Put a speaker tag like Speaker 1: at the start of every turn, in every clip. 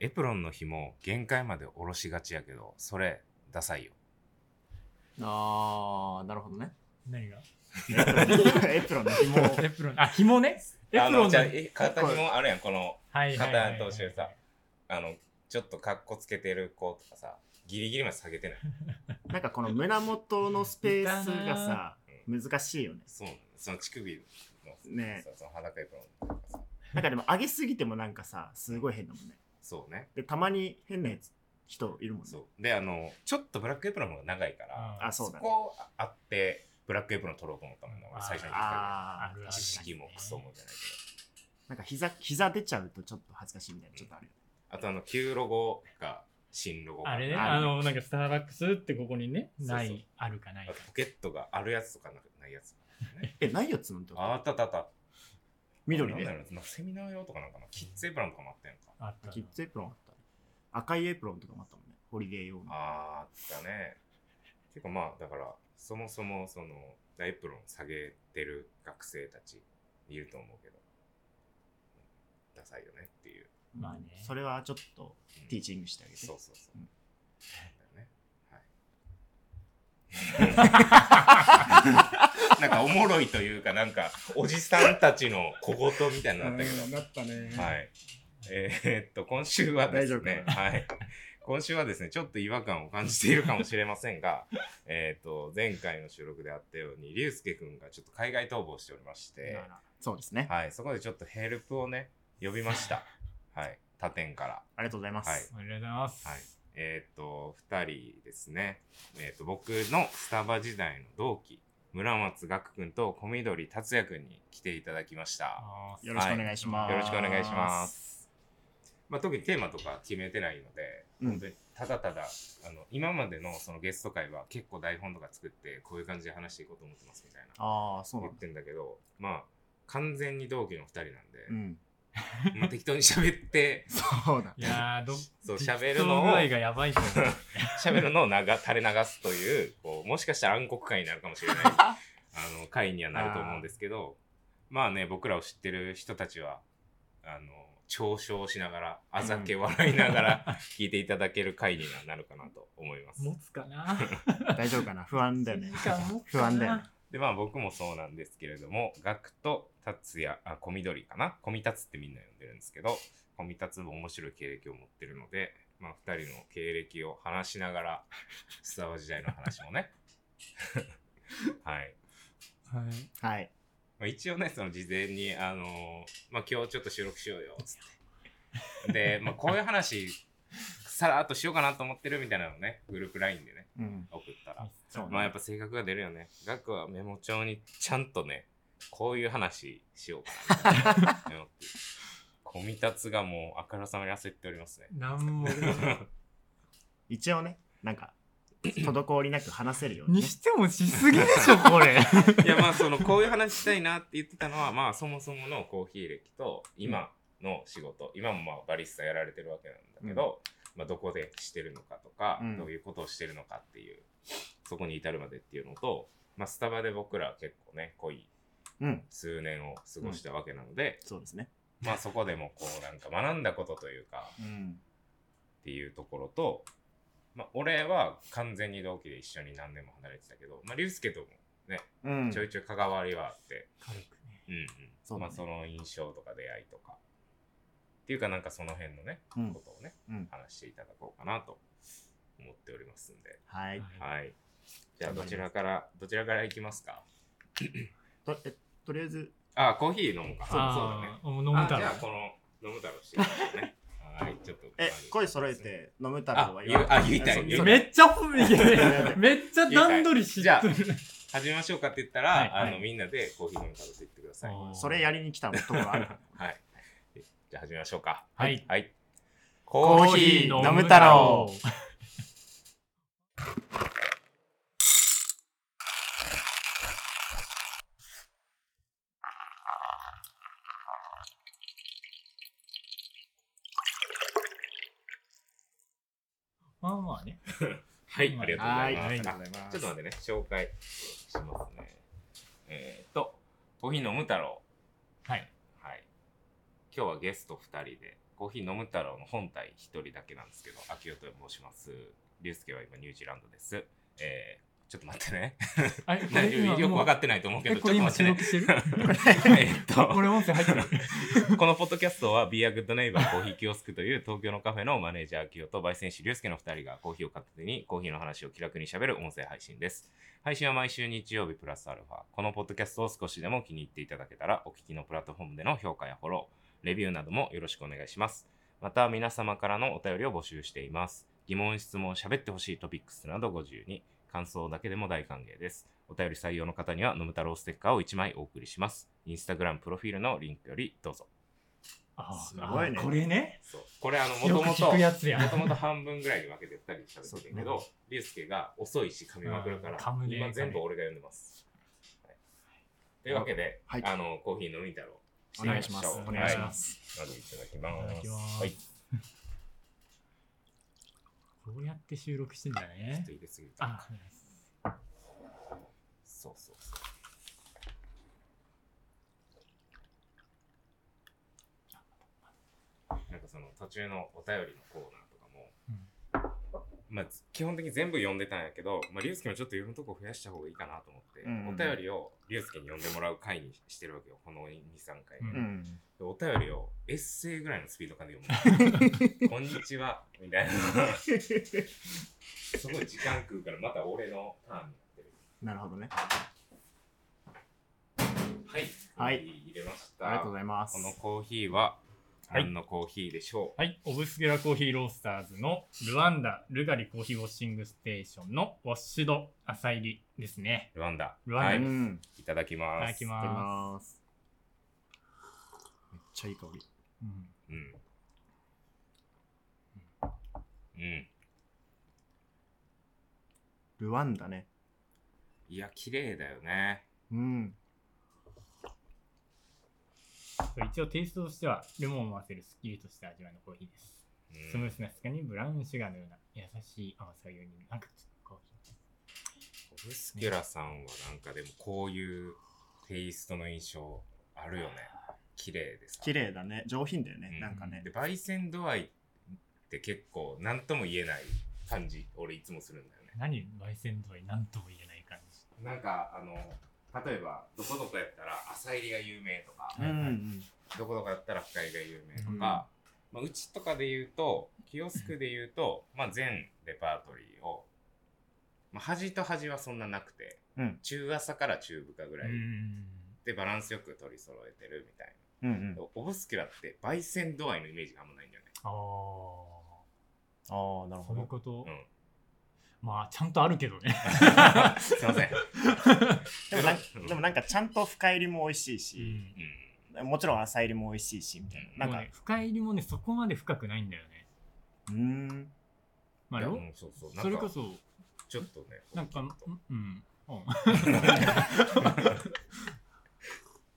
Speaker 1: エプロンの紐限界まで下ろしがちやけどそれダサいよ
Speaker 2: あー、なるほどね。
Speaker 3: 何が
Speaker 2: エプロンの紐を。
Speaker 3: エプロン、あ、紐ね。エプロン
Speaker 1: じ
Speaker 3: の。
Speaker 1: ゃあ
Speaker 3: はい
Speaker 1: え片紐あるやんこの
Speaker 3: はいはいはい。
Speaker 1: 片通しでさあのちょっとカッコつけてる子とかさギリギリまで下げて ない
Speaker 2: なんかこの胸元のスペースがさ、難しいよね。
Speaker 1: そうなのその乳首の
Speaker 2: ね
Speaker 1: そうその裸エプロンとかさ
Speaker 2: なんかでも上げすぎてもなんかさ、すごい変だもんね。
Speaker 1: そうね
Speaker 2: で、たまに変なやつ、人いるもんね。
Speaker 1: そうであのちょっとブラックエプロンの方が長いから
Speaker 3: あ
Speaker 2: あ、そうだね。
Speaker 1: こうあってブラックエプロン取ろうと思ったもんな俺最初に
Speaker 2: あ
Speaker 3: あるある
Speaker 1: 知識もクソもじゃないけど
Speaker 2: なんか膝、膝出ちゃうとちょっと恥ずかしいみたいな、ちょっとあるよね。
Speaker 1: あとあの旧ロゴが新ロゴか
Speaker 3: あれね、
Speaker 2: あ
Speaker 3: あ
Speaker 2: る
Speaker 3: の、なんかスターバックスってここにね、
Speaker 1: そうそう
Speaker 3: ない、あるかない
Speaker 1: あ
Speaker 3: か
Speaker 1: と。ポケットがあるやつとかなないやつとかね
Speaker 2: え、ないやつなんてこと
Speaker 1: ああったあったあった
Speaker 2: 緑
Speaker 1: なんだ
Speaker 2: ね。
Speaker 1: ろうなセミナー用とかなんかなキッズエプロンとかもあったやんか
Speaker 3: あったな
Speaker 2: キッズエプロンあったね。赤いエプロンとかもあったもんね。ホリデー用の。
Speaker 1: あーあったね結構まあだからそもそもそのエプロン下げてる学生たちいると思うけどダサいよねっていう、
Speaker 2: うん
Speaker 3: まあね
Speaker 2: それはちょっと
Speaker 1: うん
Speaker 2: ティーチングしてあげて。
Speaker 1: そうそうそう、
Speaker 2: うん
Speaker 1: だよね はいなんかおもろいというかなんかおじさんたちの小言みたいになのあったけど
Speaker 2: うんなったね。
Speaker 1: はい。えーっと、今週はですね
Speaker 2: 大、
Speaker 1: はい。今週はですね、ちょっと違和感を感じているかもしれませんが、 えーっと、前回の収録であったように、竜介くんがちょっと海外逃亡しておりまして、
Speaker 2: そうですね。
Speaker 1: はい、そこでちょっとヘルプをね、呼びま した。はい、他店から。
Speaker 2: ありがとうございま
Speaker 1: はい
Speaker 2: す。
Speaker 3: ありがとうございます。
Speaker 1: はいえーっと、2人ですね、えーっと、僕のスタバ時代の同期、村松岳くんと小緑達也くんに来ていただきました。
Speaker 3: あー
Speaker 2: よろしくお願いします。。
Speaker 1: よろしくお願いしますまあ、特にテーマとか決めてないので、
Speaker 2: うん
Speaker 1: 本当にただただあの今までのそのゲスト会は結構台本とか作ってこういう感じで話していこうと思ってますみたいな
Speaker 2: ああ、そうな
Speaker 1: 言っ
Speaker 2: んだ。
Speaker 1: てんだけどまあ完全に同期の2人なん
Speaker 2: う
Speaker 1: で、
Speaker 2: ん。
Speaker 1: まあ、適当に喋って
Speaker 2: そうだ。
Speaker 3: いやー、ど、
Speaker 1: そう
Speaker 3: 実
Speaker 1: 喋るのを
Speaker 3: 装具合がやばいっす ね。
Speaker 1: 喋るのを流垂れ流すというこうもしかしたら暗黒会になるかもし れないあの会にはなると思うんですけどまあね僕らを知ってる人たちはあの嘲笑しながらあざけ笑いながら聞いていただける会にはなるかなと思います。
Speaker 3: 持つか な
Speaker 2: 大丈夫かな不安だよね
Speaker 3: 一時。間持つ
Speaker 2: 不
Speaker 3: かな
Speaker 2: 安だよね。
Speaker 1: でまあ僕もそうなんですけれどもガクと達也あ小緑かな小見達ってみんな呼んでるんですけど小見達も面白い経歴を持ってるので、まあ、2人の経歴を話しながらスタバ時代の話もね はい、
Speaker 3: はい。
Speaker 2: はい。
Speaker 1: まあ、一応ねその事前にあのーまあ今日ちょっと収録しようよっつってで、まあ、こういう話さらっとしようかなと思ってるみたいなのをねグループ LINE でね
Speaker 2: うん。
Speaker 1: 送ったら
Speaker 2: そうね
Speaker 1: まあやっぱ性格が出るよね。ガクはメモ帳にちゃんとね、こういう話しようかなみ たいな。コミタツがもうあからさまに焦っており ますね。
Speaker 3: なん も。
Speaker 2: 一応ね、なんか、滞りなく話せるように
Speaker 3: に
Speaker 2: ね。
Speaker 3: してもしすぎでしょ、これ。
Speaker 1: いやまあそのこういう話したいなって言ってたのはまあそもそものコーヒー歴と今の仕事今もまあバリスタやられてるわけなんだけど、まあ、どこでしてるのかとか、
Speaker 2: うん
Speaker 1: どういうことをしてるのかっていうそこに至るまでっていうのと、まあ、スタバで僕ら結構ね濃い
Speaker 2: うん。
Speaker 1: 数年を過ごしたわけなので、
Speaker 2: そうですね。
Speaker 1: まあそこでもこうなんか学んだことというか
Speaker 2: うん。
Speaker 1: っていうところと、まあ、俺は完全に同期で一緒に何年も離れてたけど、まあ、竜介と
Speaker 2: う
Speaker 1: も
Speaker 2: ん
Speaker 1: ちょいちょい関わりはあって、
Speaker 3: 軽くね。
Speaker 1: うんうん
Speaker 2: そうだね
Speaker 1: まあ、その印象とか出会いとかっていうかなんかその辺のね、
Speaker 2: うん
Speaker 1: ことをね
Speaker 2: うん
Speaker 1: 話していただこうかなと思っておりますんで、
Speaker 2: はい。
Speaker 1: はい、じゃあどちらからどちらからいきますか
Speaker 2: と、え、とりあえず、
Speaker 1: あコーヒー飲むかそうだね
Speaker 3: あー飲む
Speaker 1: あ
Speaker 3: だ
Speaker 1: じゃあ
Speaker 3: ろ
Speaker 1: この飲む太郎 してみますねはいちょっと
Speaker 2: え、声揃えて飲む太郎は
Speaker 1: あ言うあ言いたい
Speaker 2: そう
Speaker 1: 言
Speaker 2: そう
Speaker 3: めっちゃ褒め て
Speaker 2: や
Speaker 3: る。めっちゃ段取り知ってる。
Speaker 1: 始めましょうかって言ったら、
Speaker 3: はい
Speaker 1: あのみんなでコーヒー飲む食べていってください。
Speaker 3: おー
Speaker 2: それやりに来たのところある。
Speaker 1: はい。じゃあ始めましょうか。
Speaker 3: はい
Speaker 1: はい。
Speaker 2: コーヒー飲む太郎。
Speaker 3: まあまあね。
Speaker 1: はい、ありがとうご
Speaker 2: は
Speaker 1: ざ
Speaker 2: いあ
Speaker 1: い
Speaker 2: りが
Speaker 1: ま
Speaker 2: とうございます
Speaker 1: す。ちょっと待ってね、紹介しますね。えー、っと、コーヒー飲む太郎。
Speaker 3: はい。
Speaker 1: はい。今日はゲスト2人でコーヒー飲む太郎の本体1人だけなんですけど秋代と申します龍介は今ニュージーランドですえー、ちょっと待ってね
Speaker 3: あれこ
Speaker 1: 大
Speaker 3: れ
Speaker 1: 丈 夫
Speaker 3: 今
Speaker 1: よく分かって
Speaker 3: ない
Speaker 1: ないと思うけどち
Speaker 3: こ
Speaker 1: ょっ
Speaker 3: れ
Speaker 1: と
Speaker 3: 今
Speaker 1: 待
Speaker 3: 収
Speaker 1: ってね
Speaker 3: 録してる
Speaker 1: えっ と
Speaker 3: これ音声入って る
Speaker 1: このポッドキャストは Be a Good Neighbor コーヒーキオスクという東京のカフェのマネージャー清と焙煎師龍介の2人がコーヒーを片手にコーヒーの話を気楽にしゃべる音声配信です。配信は毎週日曜日プラスアルファ。このポッドキャストを少しでも気に入っていただけたらお聞きのプラットフォームでの評価やフォロー、レビューなどもよろしくお願いします。また皆様からのお便りを募集しています。疑問、質問、喋ってほしいトピックスなどご自由に。感想だけでも大歓迎です。お便り採用の方には、のむ太郎ステッカーを1枚お送りします。インスタグラムプロフィールのリンクよりどうぞ。
Speaker 3: あー
Speaker 2: すごいね
Speaker 3: あーこれね
Speaker 1: そうこれあの
Speaker 3: よ
Speaker 1: も
Speaker 3: く
Speaker 1: ともと
Speaker 3: 聞くやつや
Speaker 1: もともと半分ぐらいに分けて2人で喋ってるけ
Speaker 2: そう
Speaker 1: ど、リュウスケが遅いし噛みまくるから、
Speaker 3: うん噛むね
Speaker 1: 今全部俺が読んでます。はいというわけで、
Speaker 2: はい
Speaker 1: あのコーヒー飲み太郎
Speaker 2: お願いします
Speaker 1: して
Speaker 2: お
Speaker 1: み
Speaker 2: 願
Speaker 1: ま
Speaker 2: い
Speaker 1: しょ
Speaker 2: し
Speaker 1: う
Speaker 2: ま
Speaker 1: は
Speaker 2: す
Speaker 1: い飲んでいただき
Speaker 3: いただ
Speaker 1: ま
Speaker 3: き
Speaker 1: す。
Speaker 3: ます
Speaker 1: はい、ち
Speaker 3: こうやって収録してんだ
Speaker 1: ょ
Speaker 3: ね
Speaker 1: っと入れすぎた。
Speaker 3: あ
Speaker 1: そうそうそう。なんかその途中のお便りのコーナーとかも、まあ基本的に全部読んでたんやけど、まあ龍介もちょっと読むとこ増やした方がいいかなと思って、
Speaker 2: うんう
Speaker 1: お
Speaker 2: ん
Speaker 1: 便りを龍介に読んでもらう回にしてるわけよ、この2、3回で。
Speaker 3: うん
Speaker 2: うん
Speaker 1: でお便りをエッセイぐらいのスピード感で 読む。こんにちは、みたいな。すごい時間食うから、また俺のターンになってる。
Speaker 2: なるほどね
Speaker 1: はい。
Speaker 2: はい
Speaker 1: コーヒー入れました。
Speaker 2: ありがとうございます
Speaker 1: このコーヒーは
Speaker 3: はい
Speaker 1: 何のコーヒーでしょ
Speaker 3: はい、オブスキュラコーヒーロースターズのルワンダルガリコーヒーウォッシングステーションのウォッシュド朝入りですね。
Speaker 1: うルワンダ。
Speaker 3: ルワンダ
Speaker 1: は
Speaker 2: う
Speaker 1: い。
Speaker 2: ん
Speaker 1: いただき
Speaker 3: い
Speaker 1: ま
Speaker 3: た
Speaker 1: す。
Speaker 3: だき
Speaker 2: いただき
Speaker 3: ま
Speaker 2: ますめっちゃいい香り
Speaker 3: す。うん
Speaker 1: うん。うん。
Speaker 2: ルワンダね
Speaker 1: いや、綺麗だよね。
Speaker 2: うん
Speaker 3: これ一応テイストとしてはレモンを合わせるすっきりとした味わいのコーヒーです。
Speaker 1: うん
Speaker 3: スムースな質感にブラウンシュガーのような優しい甘さがよりなんかコーヒ
Speaker 1: オブスキュラさんはなんかでもこういうテイストの印象あるよね。綺麗でさ。
Speaker 2: 綺麗だね上品だよね、
Speaker 1: うん
Speaker 2: なんかね
Speaker 1: で、焙煎度合いって結構何とも言えない感じ、俺いつもするんだよね。
Speaker 3: ー。何焙煎度合い何とも言えない感じ。
Speaker 1: なんか、あの、例えば、どこどこやったら朝入りが有名とか、
Speaker 2: うんうん
Speaker 1: どこどこだったら深入りが有名とか、まあ、うちとかで言うとキオスクで言うと、まあ、全レパートリーを、まあ、端と端はそんななくて
Speaker 2: うん
Speaker 1: 中朝から中部かぐ
Speaker 3: う
Speaker 1: らい
Speaker 3: ん。
Speaker 1: でバランスよく取り揃えてるみたい
Speaker 2: うん
Speaker 1: な、オブスキュラって焙煎度合いのイメージがあんまないんだよね
Speaker 3: ああ。
Speaker 2: ああなるほ
Speaker 3: そういう
Speaker 2: ど
Speaker 3: こと
Speaker 1: う。ん
Speaker 3: まあちゃんとあるけ どね。
Speaker 1: すいません
Speaker 2: でもなんでもなんかちゃんと深入りも美味しいうし、
Speaker 3: ん
Speaker 2: もちろん浅入りも美味しいしみたいななん
Speaker 3: もう
Speaker 2: か
Speaker 3: ね、深入りもねそこまで深くないんだよね。
Speaker 2: うーん
Speaker 3: まあ
Speaker 1: いや
Speaker 3: ロ
Speaker 1: うんそうそうなんか
Speaker 3: それこそ
Speaker 1: ちょっとね
Speaker 3: なんか
Speaker 1: こう
Speaker 3: うん、うん、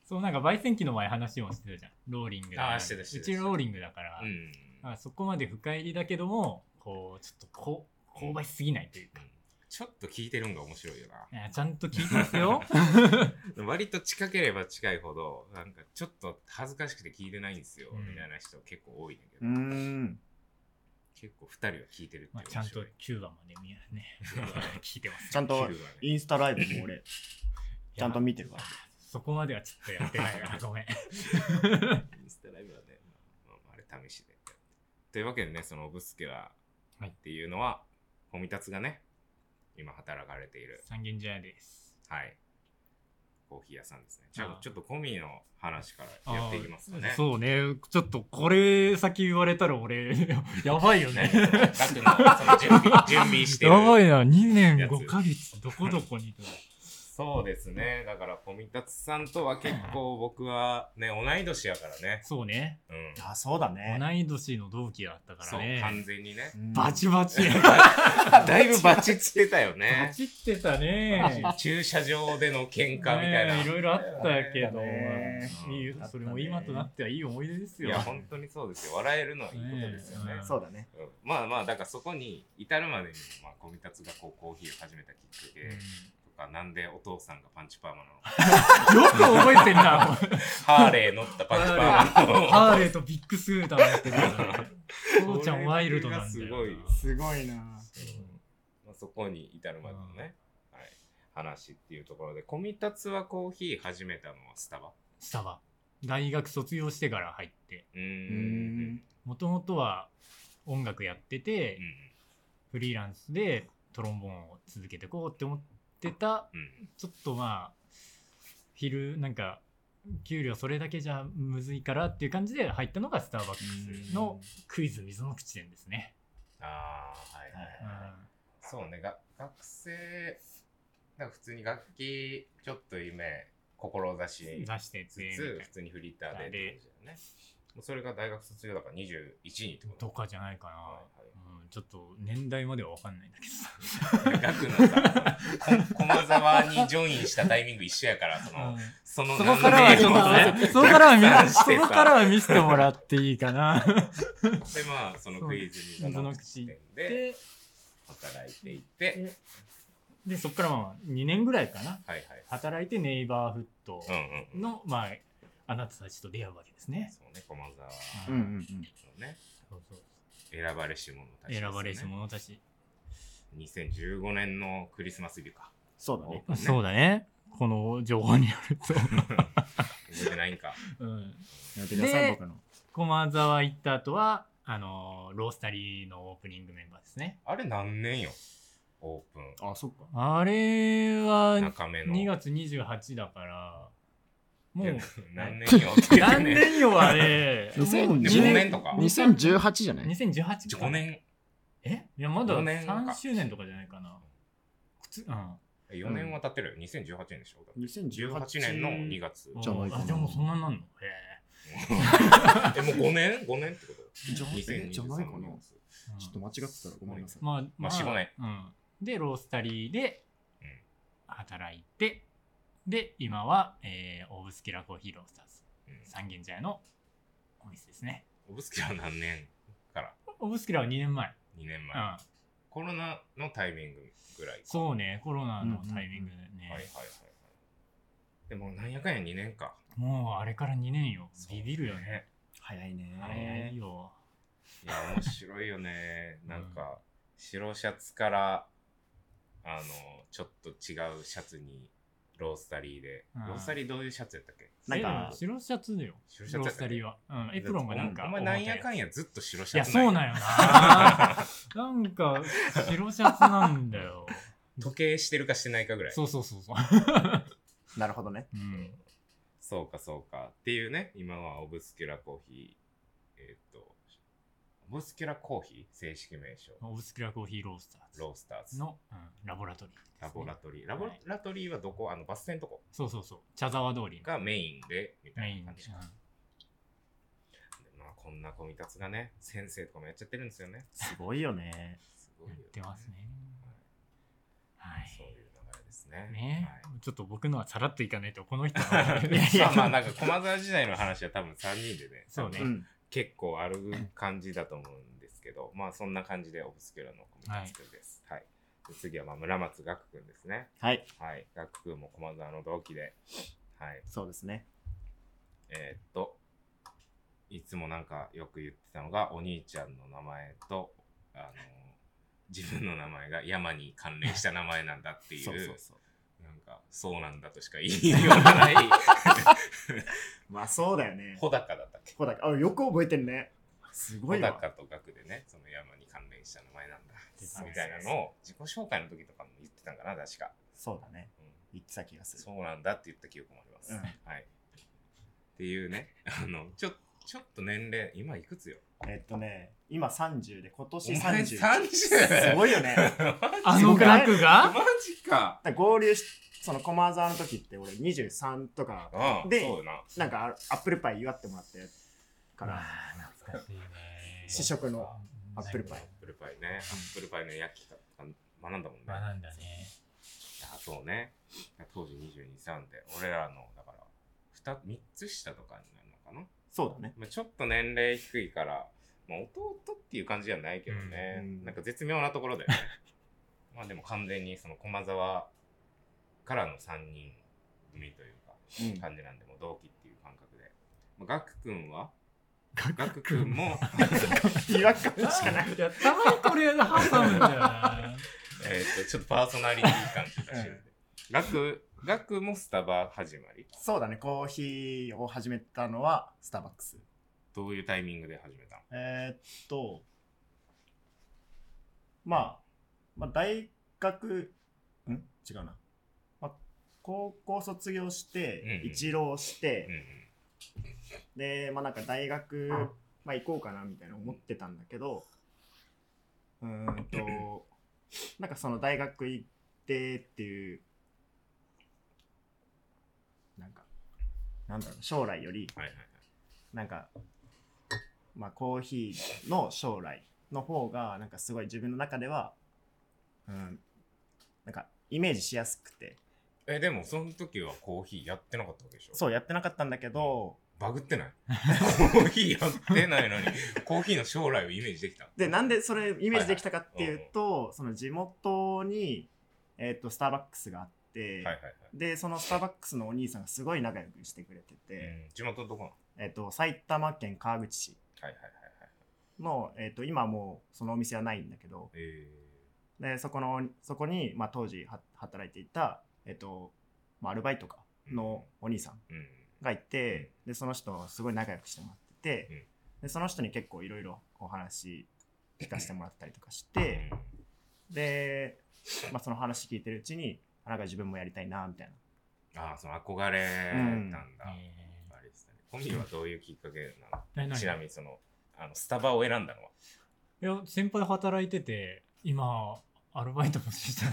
Speaker 3: そうなんか焙煎機の前話もしてたじゃんローリングだから
Speaker 1: あーしてたしてた
Speaker 3: うちローリングだから、
Speaker 1: うん、うん
Speaker 3: なんかそこまで深入りだけどもこうちょっとこう勾配しすぎないというか、
Speaker 1: ちょっと聞いてるんが面白いよな
Speaker 3: あーちゃんと聞いてま すよ
Speaker 1: 割と近ければ近いほどなんかちょっと恥ずかしくて聞いてないんですよ、
Speaker 3: うん
Speaker 1: みたいな人結構多いんだけ
Speaker 2: う
Speaker 1: ど、
Speaker 2: ーん
Speaker 1: 結構2人は聞いてるって
Speaker 3: まあ
Speaker 1: 面
Speaker 3: ちゃんと
Speaker 1: 白い、
Speaker 3: 9番まで見ね 聞いてます
Speaker 2: ちゃんと
Speaker 1: 昼はね
Speaker 2: インスタライブも俺ちゃんと見てるわ
Speaker 3: そこまではちょっとやってないなごめ ん
Speaker 1: インスタライブはね、まあまあ、あれ試しでというわけでねそのオブスケラ
Speaker 3: はい
Speaker 1: っていうのはコミタツがね今働かれている
Speaker 3: 三軒茶屋です
Speaker 1: はいコーヒー屋さんですねじゃ
Speaker 3: あ
Speaker 1: あちょっとコミの話からやっていきますかね
Speaker 3: あーそうね。ちょっとこれ先言われたら俺、 やばいよ
Speaker 1: 何
Speaker 3: ね
Speaker 1: そ。 のガクのその準備準備して
Speaker 3: や
Speaker 1: る
Speaker 3: ばいな。2年
Speaker 1: やつ
Speaker 3: 5ヶ月、どこどこにと。
Speaker 1: そうですね。だから、小見達さんとは結構僕はね、同い年やからね。
Speaker 3: そうね。
Speaker 1: うん。
Speaker 2: あそうだね
Speaker 3: 同い年の同期だったか
Speaker 1: そ
Speaker 3: ら
Speaker 1: う、
Speaker 3: ね
Speaker 1: 完。全にね。
Speaker 2: うん
Speaker 3: バチバチ。
Speaker 1: だいぶバチつけたよね。
Speaker 3: 走ってたね。
Speaker 1: 駐車場での喧嘩みたい
Speaker 3: ね
Speaker 1: な。
Speaker 3: いろいろあったけど、
Speaker 2: ね
Speaker 3: いいよそれも今となってはいい思い出です
Speaker 1: い
Speaker 3: よ
Speaker 1: や、。本当にそうですよ。笑えるのはいいことですよね
Speaker 3: ね。
Speaker 2: そうだね
Speaker 1: うんまあまあ、だからそこに至るまでに、まあ、小見達がこうコーヒーを始めたきっかけ
Speaker 3: うん
Speaker 1: とかなんでお父さんがパンチパーマなのか
Speaker 3: よく覚えてんな。
Speaker 1: ハーレー乗ったパンチパーマの
Speaker 3: ハーレーとビッグスクーターもやってるよな。父ちゃんワイルドなんだよな。
Speaker 1: これがすご
Speaker 4: す
Speaker 1: い
Speaker 4: ごいな。
Speaker 1: まあ、そこに至るまでのね、はい、話っていうところでコミタツはコーヒー始めたのはスタバ
Speaker 3: スタバ。大学卒業してから入って。
Speaker 1: うー
Speaker 4: うんん。
Speaker 3: もともとは音楽やってて、フリーランスでトロンボーンを続けてこうって思ってた、
Speaker 1: うんうん
Speaker 3: ちょっとまあ、昼、なんか、給料それだけじゃむずいからっていう感じで入ったのがスターバックスのクイズ溝の口伝ですね。
Speaker 1: ああはいはいはい、
Speaker 3: う
Speaker 1: そうねが学生なんか普通に楽器ちょっと夢
Speaker 3: ん
Speaker 1: 志
Speaker 3: 出して
Speaker 1: つ
Speaker 3: て、
Speaker 1: つ普通にフリーターでって感じだよねもうそれが大学卒業だから21人ってこと
Speaker 3: とかじゃないかな、
Speaker 1: はいはい
Speaker 3: うん、ちょっと年代までは分かんないんだけどさ
Speaker 1: 学のさこ駒沢にジョインしたタイミング一緒やからその、その
Speaker 4: そこからはちょっと
Speaker 1: 何の
Speaker 4: ね、
Speaker 1: 名
Speaker 4: そこからは見
Speaker 1: 逆算 し
Speaker 4: そ
Speaker 1: てさ
Speaker 4: こからは見せてもらっていいかな。
Speaker 1: でまあそのクイズに
Speaker 3: そう
Speaker 1: で
Speaker 3: で
Speaker 1: 働いていて
Speaker 3: でそっからまあ2年ぐらいかな
Speaker 1: はいはい
Speaker 3: 働いてネイバーフット
Speaker 1: うんうんうん
Speaker 3: の、まああなたたちと出会うわけですね、
Speaker 1: そうね駒沢
Speaker 4: うんうんうん。
Speaker 1: のね
Speaker 3: そうそう
Speaker 1: 選ばれし者たちですね
Speaker 3: 選ばれし者たち、
Speaker 1: 2015年のクリスマスイブか
Speaker 2: そうだね。
Speaker 1: ね
Speaker 3: そうだねこの情報によると、
Speaker 1: 覚えてないんか
Speaker 3: うん、
Speaker 2: やってください、
Speaker 3: で
Speaker 2: 僕の。
Speaker 3: 駒沢行った後はあのロースタリーのオープニングメンバーですね
Speaker 1: あれ何年よオープン
Speaker 2: あ、そっか。、
Speaker 3: あれは
Speaker 1: 中目の
Speaker 3: 2月28だから、もう、
Speaker 1: 何年よって言って
Speaker 3: 何
Speaker 1: ね
Speaker 3: 年よあれ
Speaker 1: もう
Speaker 2: 2010
Speaker 1: 5年とか
Speaker 4: 2018じゃな
Speaker 3: 2018か。
Speaker 1: 5年
Speaker 3: えいや、まだ
Speaker 1: 五年か
Speaker 3: 3周年とかじゃないかな。くつうん。
Speaker 1: 4年は経ってるよ2018年でしょだって
Speaker 2: 2018
Speaker 1: 18年の2月
Speaker 3: うん
Speaker 2: じゃないかな
Speaker 3: あ、でもそんなんなんのへ
Speaker 1: えもう5年 ?5 年ってこと
Speaker 2: じゃえじゃないかな
Speaker 1: 2023年
Speaker 3: え。
Speaker 2: ちょっと間違ってたらごめんなさい。
Speaker 3: まあ、
Speaker 1: まあ四五年。
Speaker 3: うん。で、ロースタリーで
Speaker 1: うん
Speaker 3: 働いて、で、今は、えー、オブスキュラコーヒーロースターズ、
Speaker 1: うん
Speaker 3: 三軒茶屋のお店ですね。
Speaker 1: オブスキュラ何年から
Speaker 3: オブスキュラは2年前。
Speaker 1: 2年
Speaker 3: う
Speaker 1: 前、
Speaker 3: ん。
Speaker 1: コロナのタイミングぐらいか
Speaker 3: そうね、コロナのタイミングで
Speaker 1: は
Speaker 3: ね。
Speaker 1: いはいはいはいでもなんやかんや2年か
Speaker 3: もうあれから2年よ
Speaker 1: そ。う
Speaker 3: ビビるよね。
Speaker 2: 早い
Speaker 1: ね
Speaker 3: 早いよ。
Speaker 1: いや面白いよ ねなんか白シャツからあのちょっと違うシャツにロースタリーで、
Speaker 3: うん
Speaker 1: ロースタリーどういうシャツやったっけ
Speaker 2: なん
Speaker 3: え
Speaker 2: か
Speaker 3: でも白シャツだよ。
Speaker 1: 白シャツ
Speaker 3: ロ
Speaker 1: だ
Speaker 3: ー
Speaker 1: っ
Speaker 3: ス
Speaker 1: た
Speaker 3: タ
Speaker 1: っけ
Speaker 3: リーは。うん、エプロンがなんか。
Speaker 1: お前なんやかんやずっと白シャ
Speaker 3: いや、
Speaker 1: ツ
Speaker 3: そうなん
Speaker 1: や
Speaker 3: よ な。なんか、白シャツなんだよ。
Speaker 1: 時計してるかしてないかぐらい
Speaker 3: そうそうそうそう。
Speaker 2: なるほどね。
Speaker 3: うん。
Speaker 1: そうかそうかっていうね今はオブスキュラコーヒーえーっとオブスキュラコーヒー正式名称
Speaker 3: オブスキュラコーヒーロースター
Speaker 1: ロースター
Speaker 3: ズ
Speaker 1: ズ
Speaker 3: の、うん、ラボラトリーですね、
Speaker 1: ラボラトリーラボラトリーはどこあのバス停のとこ
Speaker 3: そうそうそう。茶沢通りの
Speaker 1: がメインでみた
Speaker 3: メ
Speaker 1: い
Speaker 3: イン
Speaker 1: な
Speaker 3: で
Speaker 1: 感じ。まあこんなコミタツがね先生とかもやっちゃってるんですよね
Speaker 2: すごいよね。
Speaker 1: す
Speaker 3: う
Speaker 1: ご
Speaker 3: ん
Speaker 1: い
Speaker 3: や
Speaker 1: よ、
Speaker 3: っ
Speaker 1: ね、
Speaker 3: てますね。は
Speaker 1: はい
Speaker 3: い
Speaker 1: そう。いう流れですね
Speaker 3: ね、
Speaker 1: はい
Speaker 3: ちょっと僕のはさらっといかないとこの人
Speaker 2: いや
Speaker 1: まあまあなんか駒沢時代の話は多分3人でね
Speaker 3: そうね
Speaker 2: うん。
Speaker 1: 結構ある感じだと思うんですけ ど、まあそんな感じでオブスキュラの小松くんです。はい。で次はまあ村松岳くんですね。
Speaker 2: はい、
Speaker 1: はい。岳くんも駒沢の同期で、はい。
Speaker 2: そうですね。
Speaker 1: えーっと、いつもなんかよく言ってたのが、お兄ちゃんの名前と、あの、自分の名前が山に関連した名前なんだっていう、
Speaker 2: そうそうそう。
Speaker 1: なんか、そうなんだとしか言いようが ない、
Speaker 2: まあそうだ よね。
Speaker 1: 穂高だったっけ
Speaker 2: ほだか、あ、よく覚えてんね。すご
Speaker 1: 小
Speaker 2: いわ。
Speaker 1: 高と学でね、その山に関連した名前なんだ、
Speaker 2: そう
Speaker 1: みたいなのを自己紹介の時とかも言ってたんかな、確か。
Speaker 2: そうだね。
Speaker 1: うん
Speaker 2: 言ってた気がする。
Speaker 1: そうなんだって言った記憶もあります。
Speaker 2: うん
Speaker 1: はい。っていうね、 あの、ちょ、ちょっと年齢、今いくつよ
Speaker 2: えっとね、今30で、今
Speaker 1: お
Speaker 2: 年
Speaker 1: 前
Speaker 2: 30。
Speaker 1: 30!
Speaker 2: す ごいよね。だか
Speaker 3: あの額
Speaker 1: マ
Speaker 3: が
Speaker 1: ジか。
Speaker 2: ら合流し、その駒沢の時って俺23とか、
Speaker 1: うん、
Speaker 2: で
Speaker 1: そうよな。
Speaker 2: なんかあアップルパイ祝ってもらったやつから、
Speaker 3: 懐かしいね
Speaker 2: 試食のアップルパイ
Speaker 1: アップルパイね。アップルパイの焼き方学んだもんね。
Speaker 3: 学んだね
Speaker 1: あそうね。当時22、3で、俺らの、だから、2、3つ下とかになるのかな。
Speaker 2: そうだね。
Speaker 1: まあ、ちょっと年齢低いから、まあ、弟っていう感じじゃないけどね、
Speaker 2: うん
Speaker 1: なんか絶妙なところだよねまあでも完全にその駒沢からの3人組というか、
Speaker 2: うん
Speaker 1: 感じなんで、もう同期っていう感覚で。まあガク君は
Speaker 3: ガ
Speaker 1: ガク君も、
Speaker 2: 違和感しかない。
Speaker 3: いやたまにこれ挟むんだよな
Speaker 1: えっと、ちょっとパーソナリティ感とかしてるんで。ガク、ガクもスタバ始まり
Speaker 2: そうだね、コーヒーを始めたのはスターバックス。
Speaker 1: どういうタイミングで始めたの
Speaker 2: えーっと、まあ、まあ、大学、ん違うな。まあ、高校卒業して
Speaker 1: うんうん、
Speaker 2: 一浪して、
Speaker 1: うんうん。
Speaker 2: で、まあなんか大学、まあ行こうかなみたいな思ってたんだけど、うーんと、なんかその大学行ってっていう、なんか、なんだろう、将来より、
Speaker 1: はいはいはい。
Speaker 2: なんか、まあ、コーヒーの将来の方がなんかすごい自分の中では、うん、なんかイメージしやすくて
Speaker 1: え、でもその時はコーヒーやってなかったわけでしょ
Speaker 2: そうやってなかったんだけど
Speaker 1: バグってないコーヒーやってないのに、コーヒーの将来をイメージできた。
Speaker 2: でなんでそれイメージできたかっていうと、その地元に、えっとスターバックスがあって、
Speaker 1: はいはいはい。
Speaker 2: でそのスターバックスのお兄さんがすごい仲良くしてくれてて、
Speaker 1: うん地元どこなの
Speaker 2: えっと埼玉県川口市
Speaker 1: はいはいはいはい。
Speaker 2: の、えっと今はもうそのお店はないんだけど、
Speaker 1: え
Speaker 2: でそこのそこに、まあ、当時は働いていた、えっとまあ、アルバイトかのお兄さん
Speaker 1: ー、うん。
Speaker 2: がいて、でその人すごい仲良くしてもらってて、でその人に結構いろいろお話聞かせてもらったりとかして、で、まあ、その話聞いてるうちにあなんか自分もやりたいなみたいな
Speaker 1: うん、ああ、その憧れたんだ。
Speaker 3: え
Speaker 1: あれですね。コミはどういうきっかけ
Speaker 3: ー何
Speaker 1: なの
Speaker 3: 々
Speaker 1: ちなみにその、あのスタバを選んだのは。
Speaker 3: いや先輩働いてて今アルバイトもしてた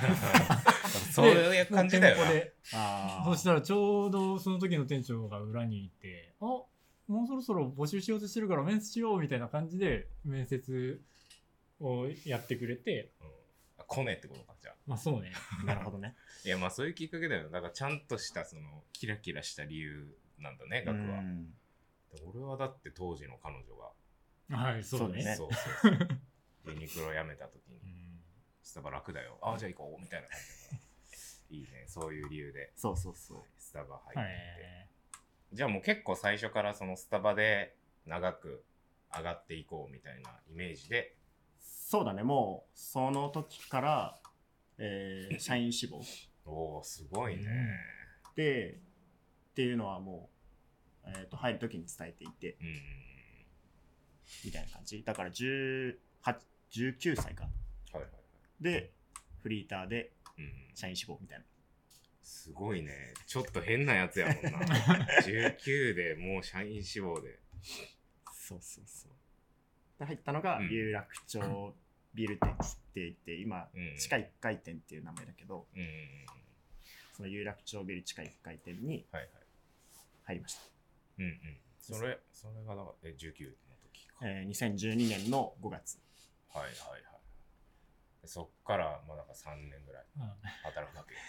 Speaker 1: そういう感じだよ
Speaker 3: で
Speaker 1: な。
Speaker 3: 店舗で
Speaker 2: あ
Speaker 3: そしたらちょうどその時の店長が裏にいて「あもうそろそろ募集しようとしてるから面接しよう」みたいな感じで面接をやってくれて
Speaker 1: うんあ来ねえってことか、じゃあ。
Speaker 3: まあそうね
Speaker 2: なるほどね
Speaker 1: いや、まあそういうきっかけだよな。だからちゃんとした、その、キラキラした理由なんだね、学
Speaker 2: う
Speaker 1: は。
Speaker 2: ん
Speaker 1: で俺はだって当時の彼女が、
Speaker 3: はいそうね
Speaker 2: ね
Speaker 1: そうそうそう。ユニクロ辞めた時に
Speaker 3: う、ん
Speaker 1: スタバ楽だよ。ああ、じゃあ行こう、みたいな感じだから。いいね、そういう理由で、
Speaker 2: そうそうそう
Speaker 1: スタバ入って。
Speaker 3: はい
Speaker 1: じゃあもう結構最初からそのスタバで長く上がっていこうみたいなイメージで、
Speaker 2: そうだねもうその時から、えー社員志望
Speaker 1: おおすごいね。
Speaker 2: でっていうのはもう、えー、と入る時に伝えていて
Speaker 1: うん。
Speaker 2: みたいな感じだから18 19歳か
Speaker 1: はいはいはい。
Speaker 2: でフリーターで
Speaker 1: うん、
Speaker 2: 社員志望みたいな
Speaker 1: すごいね。ちょっと変なやつやもんな。19でもう社員志望で。
Speaker 2: そうそうそうで入ったのが
Speaker 1: うん
Speaker 2: 有楽町ビル店って言って今
Speaker 1: うん
Speaker 2: 地下1階店っていう名前だけど
Speaker 1: うん。
Speaker 2: その有楽町ビル地下1階店に
Speaker 1: はいはい。
Speaker 2: 入りまし
Speaker 1: うんうん。それ、それがだから、え、19の時か。
Speaker 2: た、えー2012年の5月
Speaker 1: はいはいはい。そっから、まあだから3年ぐらい
Speaker 3: うん
Speaker 1: 働くわけよ。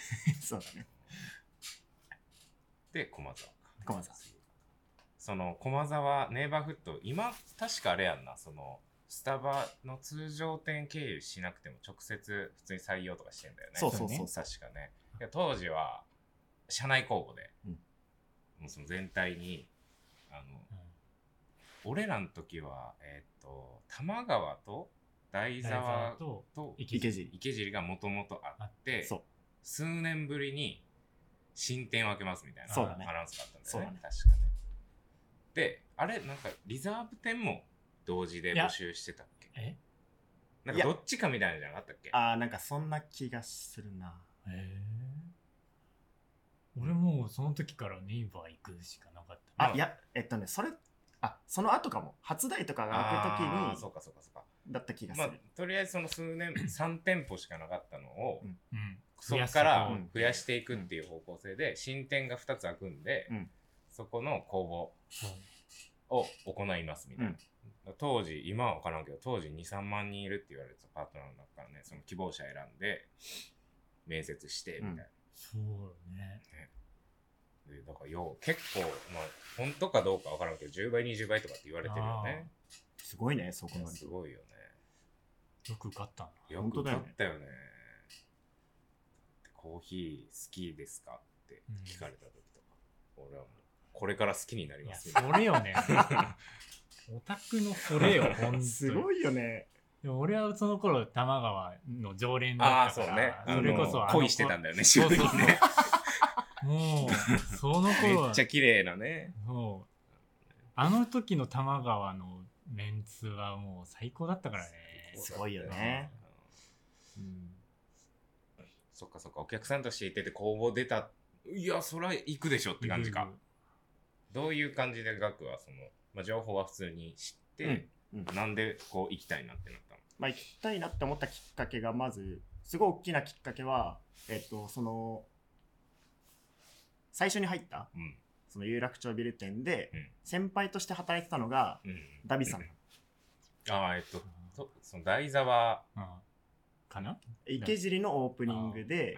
Speaker 2: そうだね
Speaker 1: で、駒沢か。
Speaker 2: 駒沢
Speaker 1: その駒沢ネイバーフット今確かあれやんなそのスタバの通常店経由しなくても直接普通に採用とかしてんだよね
Speaker 2: そうそう
Speaker 3: そう
Speaker 2: そう
Speaker 1: 確かねいや当時は社内公募で、
Speaker 2: うん
Speaker 1: もうその全体にあの俺らの時はえーっと多摩川と大
Speaker 3: 大沢
Speaker 1: 沢
Speaker 3: と
Speaker 1: と
Speaker 3: 池
Speaker 2: 池尻
Speaker 1: 池尻がもともとあって
Speaker 2: そう
Speaker 1: 数年ぶりに新店を開けますみたいな
Speaker 2: そうだね
Speaker 1: アナウンスがあったんだよね
Speaker 2: そうだね
Speaker 1: 確かねであれなんかリザーブ店も同時で
Speaker 3: いや
Speaker 1: 募集してたっけ
Speaker 3: え
Speaker 1: なん
Speaker 2: い
Speaker 1: か
Speaker 2: や
Speaker 1: どっちかみたいなのじゃなかったっけ
Speaker 2: ああなんかそんな気がするな
Speaker 3: へえ俺もうその時からネイバー行くしかなかった
Speaker 2: あいやえっとねそれあその後かも初台とかが開
Speaker 1: あー
Speaker 2: く
Speaker 1: そう
Speaker 2: 時
Speaker 1: かそうかそうか
Speaker 2: にだった気がす
Speaker 1: まあ
Speaker 2: る、
Speaker 1: とりあえずその数 年3店舗しかなかったのを、
Speaker 2: うん
Speaker 3: うん
Speaker 1: そっから
Speaker 3: 増や
Speaker 2: ん
Speaker 1: 増やしていくっていう方向性で新店が2つ開くんで、
Speaker 2: うん
Speaker 1: そこの公
Speaker 3: すこと
Speaker 1: 募を行いますみたいな
Speaker 2: うん、
Speaker 1: 当時今は分からんけど当時23万人いるって言われてたパートナーの中からねその希望者選んで面接してみたいな、
Speaker 3: そうそうね
Speaker 1: でだからよう結構まあ本当かどうか分からんけど10倍20倍とかって言われてるよね
Speaker 2: すごいねそう考え
Speaker 1: い
Speaker 2: る
Speaker 1: や
Speaker 2: と
Speaker 1: すごいよね
Speaker 3: よく受かったな
Speaker 1: よ
Speaker 2: 本
Speaker 1: く
Speaker 2: 当だ
Speaker 1: 分
Speaker 2: よ
Speaker 1: か
Speaker 2: ね
Speaker 1: ったよねでコーヒー好きですかって聞かれた時とか、俺はもうこれから好きになり
Speaker 3: い
Speaker 1: ま
Speaker 3: や
Speaker 1: すみたい
Speaker 3: それよね オタクのそ れよ本当に
Speaker 2: すごいよね。
Speaker 3: でも俺はその頃多摩川の常連だったから
Speaker 1: あ
Speaker 3: それこ
Speaker 1: の
Speaker 3: そあの
Speaker 1: 恋してたんだよね
Speaker 3: そう
Speaker 1: 潮
Speaker 3: そう
Speaker 1: に
Speaker 3: そう
Speaker 1: ね
Speaker 3: もうその
Speaker 1: め
Speaker 3: 頃は
Speaker 1: っちゃ綺麗なね
Speaker 3: もうあの時の多摩川のメンツはもう最高だったからね
Speaker 2: すごいよね
Speaker 1: うんそっかそっかお客さんとして行ってて工房出たいやそりゃ行くでしょって感じかどういう感じでガクはその、まあ、情報は普通に知って、
Speaker 2: うんうん
Speaker 1: なんでこう行きたいなってなったの
Speaker 2: まあ、行きたいなって思ったきっかけがまずすごい大きなきっかけは、えっと、その最初に入った
Speaker 1: うん
Speaker 2: その有楽町ビル店で
Speaker 1: うん
Speaker 2: 先輩として働いてたのが
Speaker 1: うん
Speaker 2: ダビさん、
Speaker 1: ああえっととその台座は
Speaker 3: うんかな
Speaker 2: 池尻のオープニングで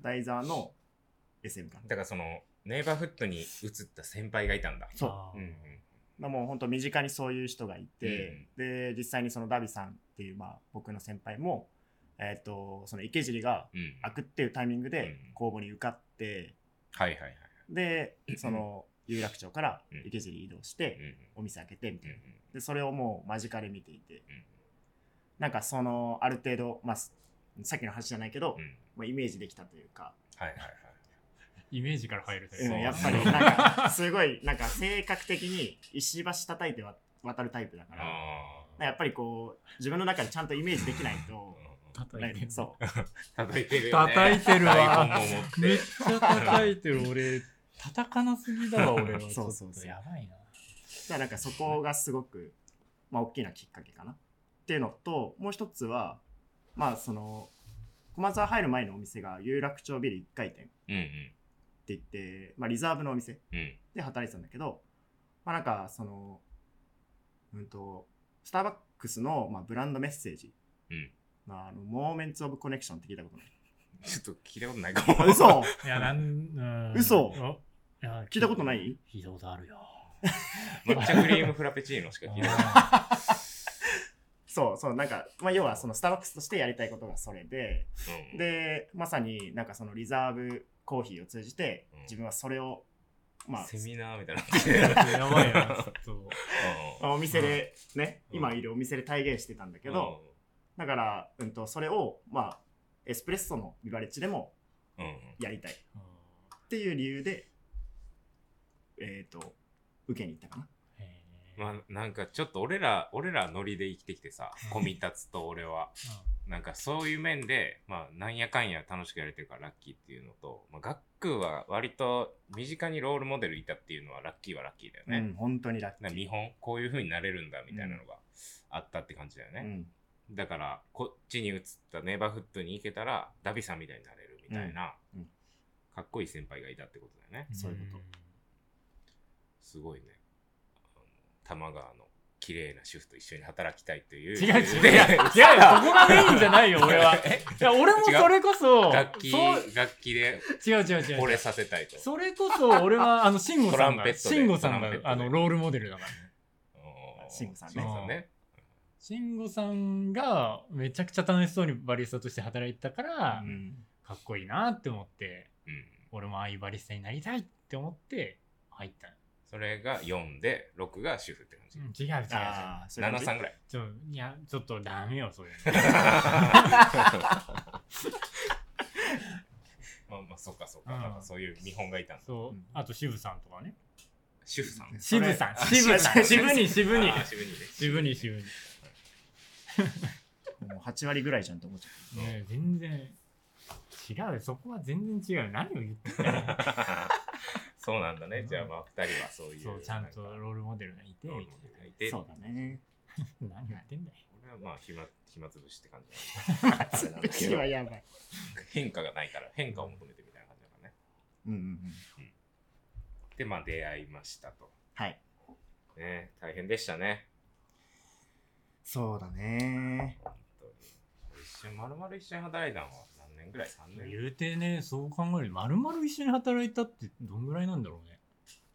Speaker 2: 台座の SM かな
Speaker 1: だからそのネイバーフットに移った先輩がいたんだ
Speaker 2: そう
Speaker 3: あー
Speaker 1: うんうん
Speaker 2: まあもう本当身近にそういう人がいて、で実際にそのダビさんっていうまあ僕の先輩も、えっとその池尻が
Speaker 1: うん
Speaker 2: 開くっていうタイミングで
Speaker 1: うん
Speaker 2: 公募に受かって、
Speaker 1: はいはいはい
Speaker 2: でその有楽町から
Speaker 1: うん
Speaker 2: 池尻移動し
Speaker 1: うんう
Speaker 2: て
Speaker 1: ん
Speaker 2: お店開けてみた
Speaker 1: う
Speaker 2: い
Speaker 1: ん
Speaker 2: なでそれをもう間近で見ていて
Speaker 1: うん
Speaker 2: なんかそのある程度、まあ、すさっきの話じゃないけど、
Speaker 1: うん
Speaker 2: まあ、イメージできたというか、
Speaker 1: はいはいはい
Speaker 3: イメージから入るタイ
Speaker 2: う
Speaker 3: プ
Speaker 1: そ
Speaker 2: ん、
Speaker 1: う
Speaker 2: やっぱりなん かすごいなんか性格的に石橋叩いてわ渡るタイプだからなんか
Speaker 1: ああ
Speaker 2: やっぱりこう自分の中でちゃんとイメージできないと。
Speaker 4: 叩
Speaker 2: なん
Speaker 4: い
Speaker 2: か
Speaker 4: てる
Speaker 2: そう
Speaker 1: 叩いてるよね
Speaker 3: 叩いてる
Speaker 1: 大
Speaker 3: わ
Speaker 1: 根も持って
Speaker 3: めっちゃ叩いてる俺叩かなすぎだわ俺は
Speaker 2: そうそうそう
Speaker 3: ちょっとやばい
Speaker 2: だ
Speaker 3: な
Speaker 2: からなんかそこがすごく、まあ、大きなきっかけかなっていうのともう一つはまあその駒沢入る前のお店が有楽町ビル1回店って
Speaker 1: うん
Speaker 2: 言って、まあ、リザーブのお店
Speaker 1: うんうん
Speaker 2: で働いてたんだけど、まあ、なんかその、うん、とスターバックスの、まあ、ブランドメッセージ、
Speaker 1: うん
Speaker 2: まあ、あのモーメンツ・オブ・コネクションって聞いたことない
Speaker 1: ちょっと聞いたことないかも
Speaker 2: あ嘘
Speaker 3: いやなんうん
Speaker 2: 嘘
Speaker 3: おや
Speaker 2: 聞いたことない
Speaker 3: 聞いたことあるよ
Speaker 1: 抹茶クリームフラペチーノしか聞いたことない
Speaker 2: そうそうなんか、まあ、要はそのスターバックスとしてやりたいことがそれで
Speaker 1: うん
Speaker 2: でまさになんかそのリザーブコーヒーを通じて
Speaker 1: うん
Speaker 2: 自分はそれを、まあ
Speaker 1: セミナーみたいな
Speaker 3: やばいなちょっと
Speaker 2: まあお店でね、
Speaker 1: うん
Speaker 2: 今いるお店で体現してたんだけど、だから、うん、とそれをまあエスプレッソのビバレッジでも
Speaker 1: うんうん
Speaker 2: やりたいっ
Speaker 3: うん
Speaker 2: ていう理由でえっ、と受けに行ったかな
Speaker 3: へー
Speaker 1: まあなんかちょっと俺ら俺らノリで生きてきてさコミタツと俺はなんかそういう面でまあなんやかんや楽しくやれてるからラッキーっていうのとまあガックーは割と身近にロールモデルいたっていうのはラッキーはラッキーだよね、
Speaker 2: うん本当にラッキ
Speaker 1: な
Speaker 2: ー
Speaker 1: 見本こういう風になれるんだみたいなのがあったって感じだよ
Speaker 2: う
Speaker 1: ね、
Speaker 2: ん
Speaker 1: だからこっちに移ったネイバーフットに行けたらダビさんみたいになれるみたいな、
Speaker 2: うんうん
Speaker 1: かっこいい先輩がいたってことだよね
Speaker 3: ん
Speaker 2: そういうこと
Speaker 1: すごいねあの玉川の綺麗な主婦と一緒に働きたいという
Speaker 3: 違う違う違う
Speaker 1: で
Speaker 3: いや いやそこがメインじゃないよ俺は
Speaker 1: え
Speaker 3: いや俺もそれこそ
Speaker 1: 楽器
Speaker 3: そう
Speaker 1: 楽器で
Speaker 3: 違う違う違う
Speaker 1: 惚れさせたいと
Speaker 3: それこそ俺はあの慎吾さん
Speaker 1: トラン
Speaker 3: が
Speaker 1: ペットで
Speaker 3: 慎吾さん
Speaker 1: トラ
Speaker 3: が
Speaker 1: ンペットで
Speaker 3: あのロールモデルだから
Speaker 1: おー
Speaker 2: 慎吾さんね
Speaker 1: 慎吾さんね
Speaker 3: 慎吾さんがめちゃくちゃ楽しそうにバリスタとして働いてたから、
Speaker 2: うん
Speaker 3: かっこいいなって思って
Speaker 1: うん
Speaker 3: 俺もああいうバリスタになりたいって思って入ったの、
Speaker 1: それが4で6が主婦って感じ、
Speaker 3: 違う違う違う
Speaker 2: ああそういう感じ
Speaker 1: 73ぐらい
Speaker 3: ちょいやちょっとダメよそういう
Speaker 1: まあまあそうかそうか、
Speaker 3: うん
Speaker 1: なんかそういう見本がいたんだ
Speaker 3: のそう、
Speaker 2: うん
Speaker 3: あと渋さんとかね
Speaker 1: 主婦さん
Speaker 2: それ
Speaker 3: 渋さん
Speaker 2: あ
Speaker 3: 渋さん
Speaker 2: 違う違
Speaker 3: 渋
Speaker 2: う違
Speaker 3: に渋に
Speaker 1: あー渋にね
Speaker 3: 渋に渋に
Speaker 2: うもう8割ぐらいじゃんと思っちゃう
Speaker 3: ねえ全然違うよそこは全然違うよ何を言ってんだよ
Speaker 1: そうなんだね、じゃあまあ2人はそういう
Speaker 3: そうちゃんと
Speaker 1: なんか
Speaker 3: ロールモデルがいて
Speaker 1: ロー
Speaker 3: み
Speaker 1: ル
Speaker 3: た
Speaker 1: モ
Speaker 3: い
Speaker 1: デル
Speaker 3: な
Speaker 1: がいて
Speaker 2: そうだね
Speaker 3: 何言ってんだよ
Speaker 1: 俺はまあ暇暇つぶしって感じ
Speaker 2: そ
Speaker 1: なんだけ
Speaker 2: れ
Speaker 1: ど
Speaker 2: はやばい
Speaker 1: 変化がないから変化を求めてみたいな感じだからね
Speaker 2: うんうんうん
Speaker 1: でまあ出会いましたと
Speaker 2: はい
Speaker 1: ね大変でしたね
Speaker 2: そうだね
Speaker 1: 本当に一緒まるまる一緒に働いたのは何年ぐらい3年
Speaker 3: 言うてねそう考えるとまるまる一緒に働いたってどんぐらいなんだろうね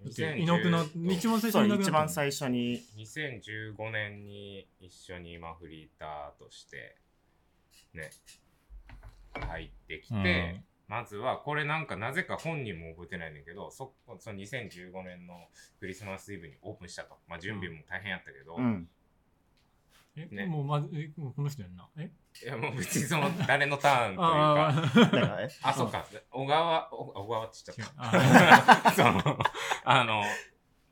Speaker 3: だっていなくなっ
Speaker 1: 2010
Speaker 3: 一番最
Speaker 2: そ
Speaker 3: 初にいうなく
Speaker 2: 一
Speaker 3: なったもん
Speaker 2: 番最初に
Speaker 1: 2015年に一緒に今フリーターとしてね入ってきて、まずは、これなんかなぜか本人も覚えてないんだけど、そ、その2015年のクリスマスイブにオープンしたと。まあ準備も大変やったけど、
Speaker 2: うん。
Speaker 3: え、
Speaker 1: ね
Speaker 3: もうまず、え、もうこの人やんな。え
Speaker 1: いやもう別にその誰のターンというか、
Speaker 3: あ
Speaker 2: だから え
Speaker 1: あ、そうか。小川、お小川って言っち
Speaker 3: あー、違う
Speaker 1: ゃ った。その、あの、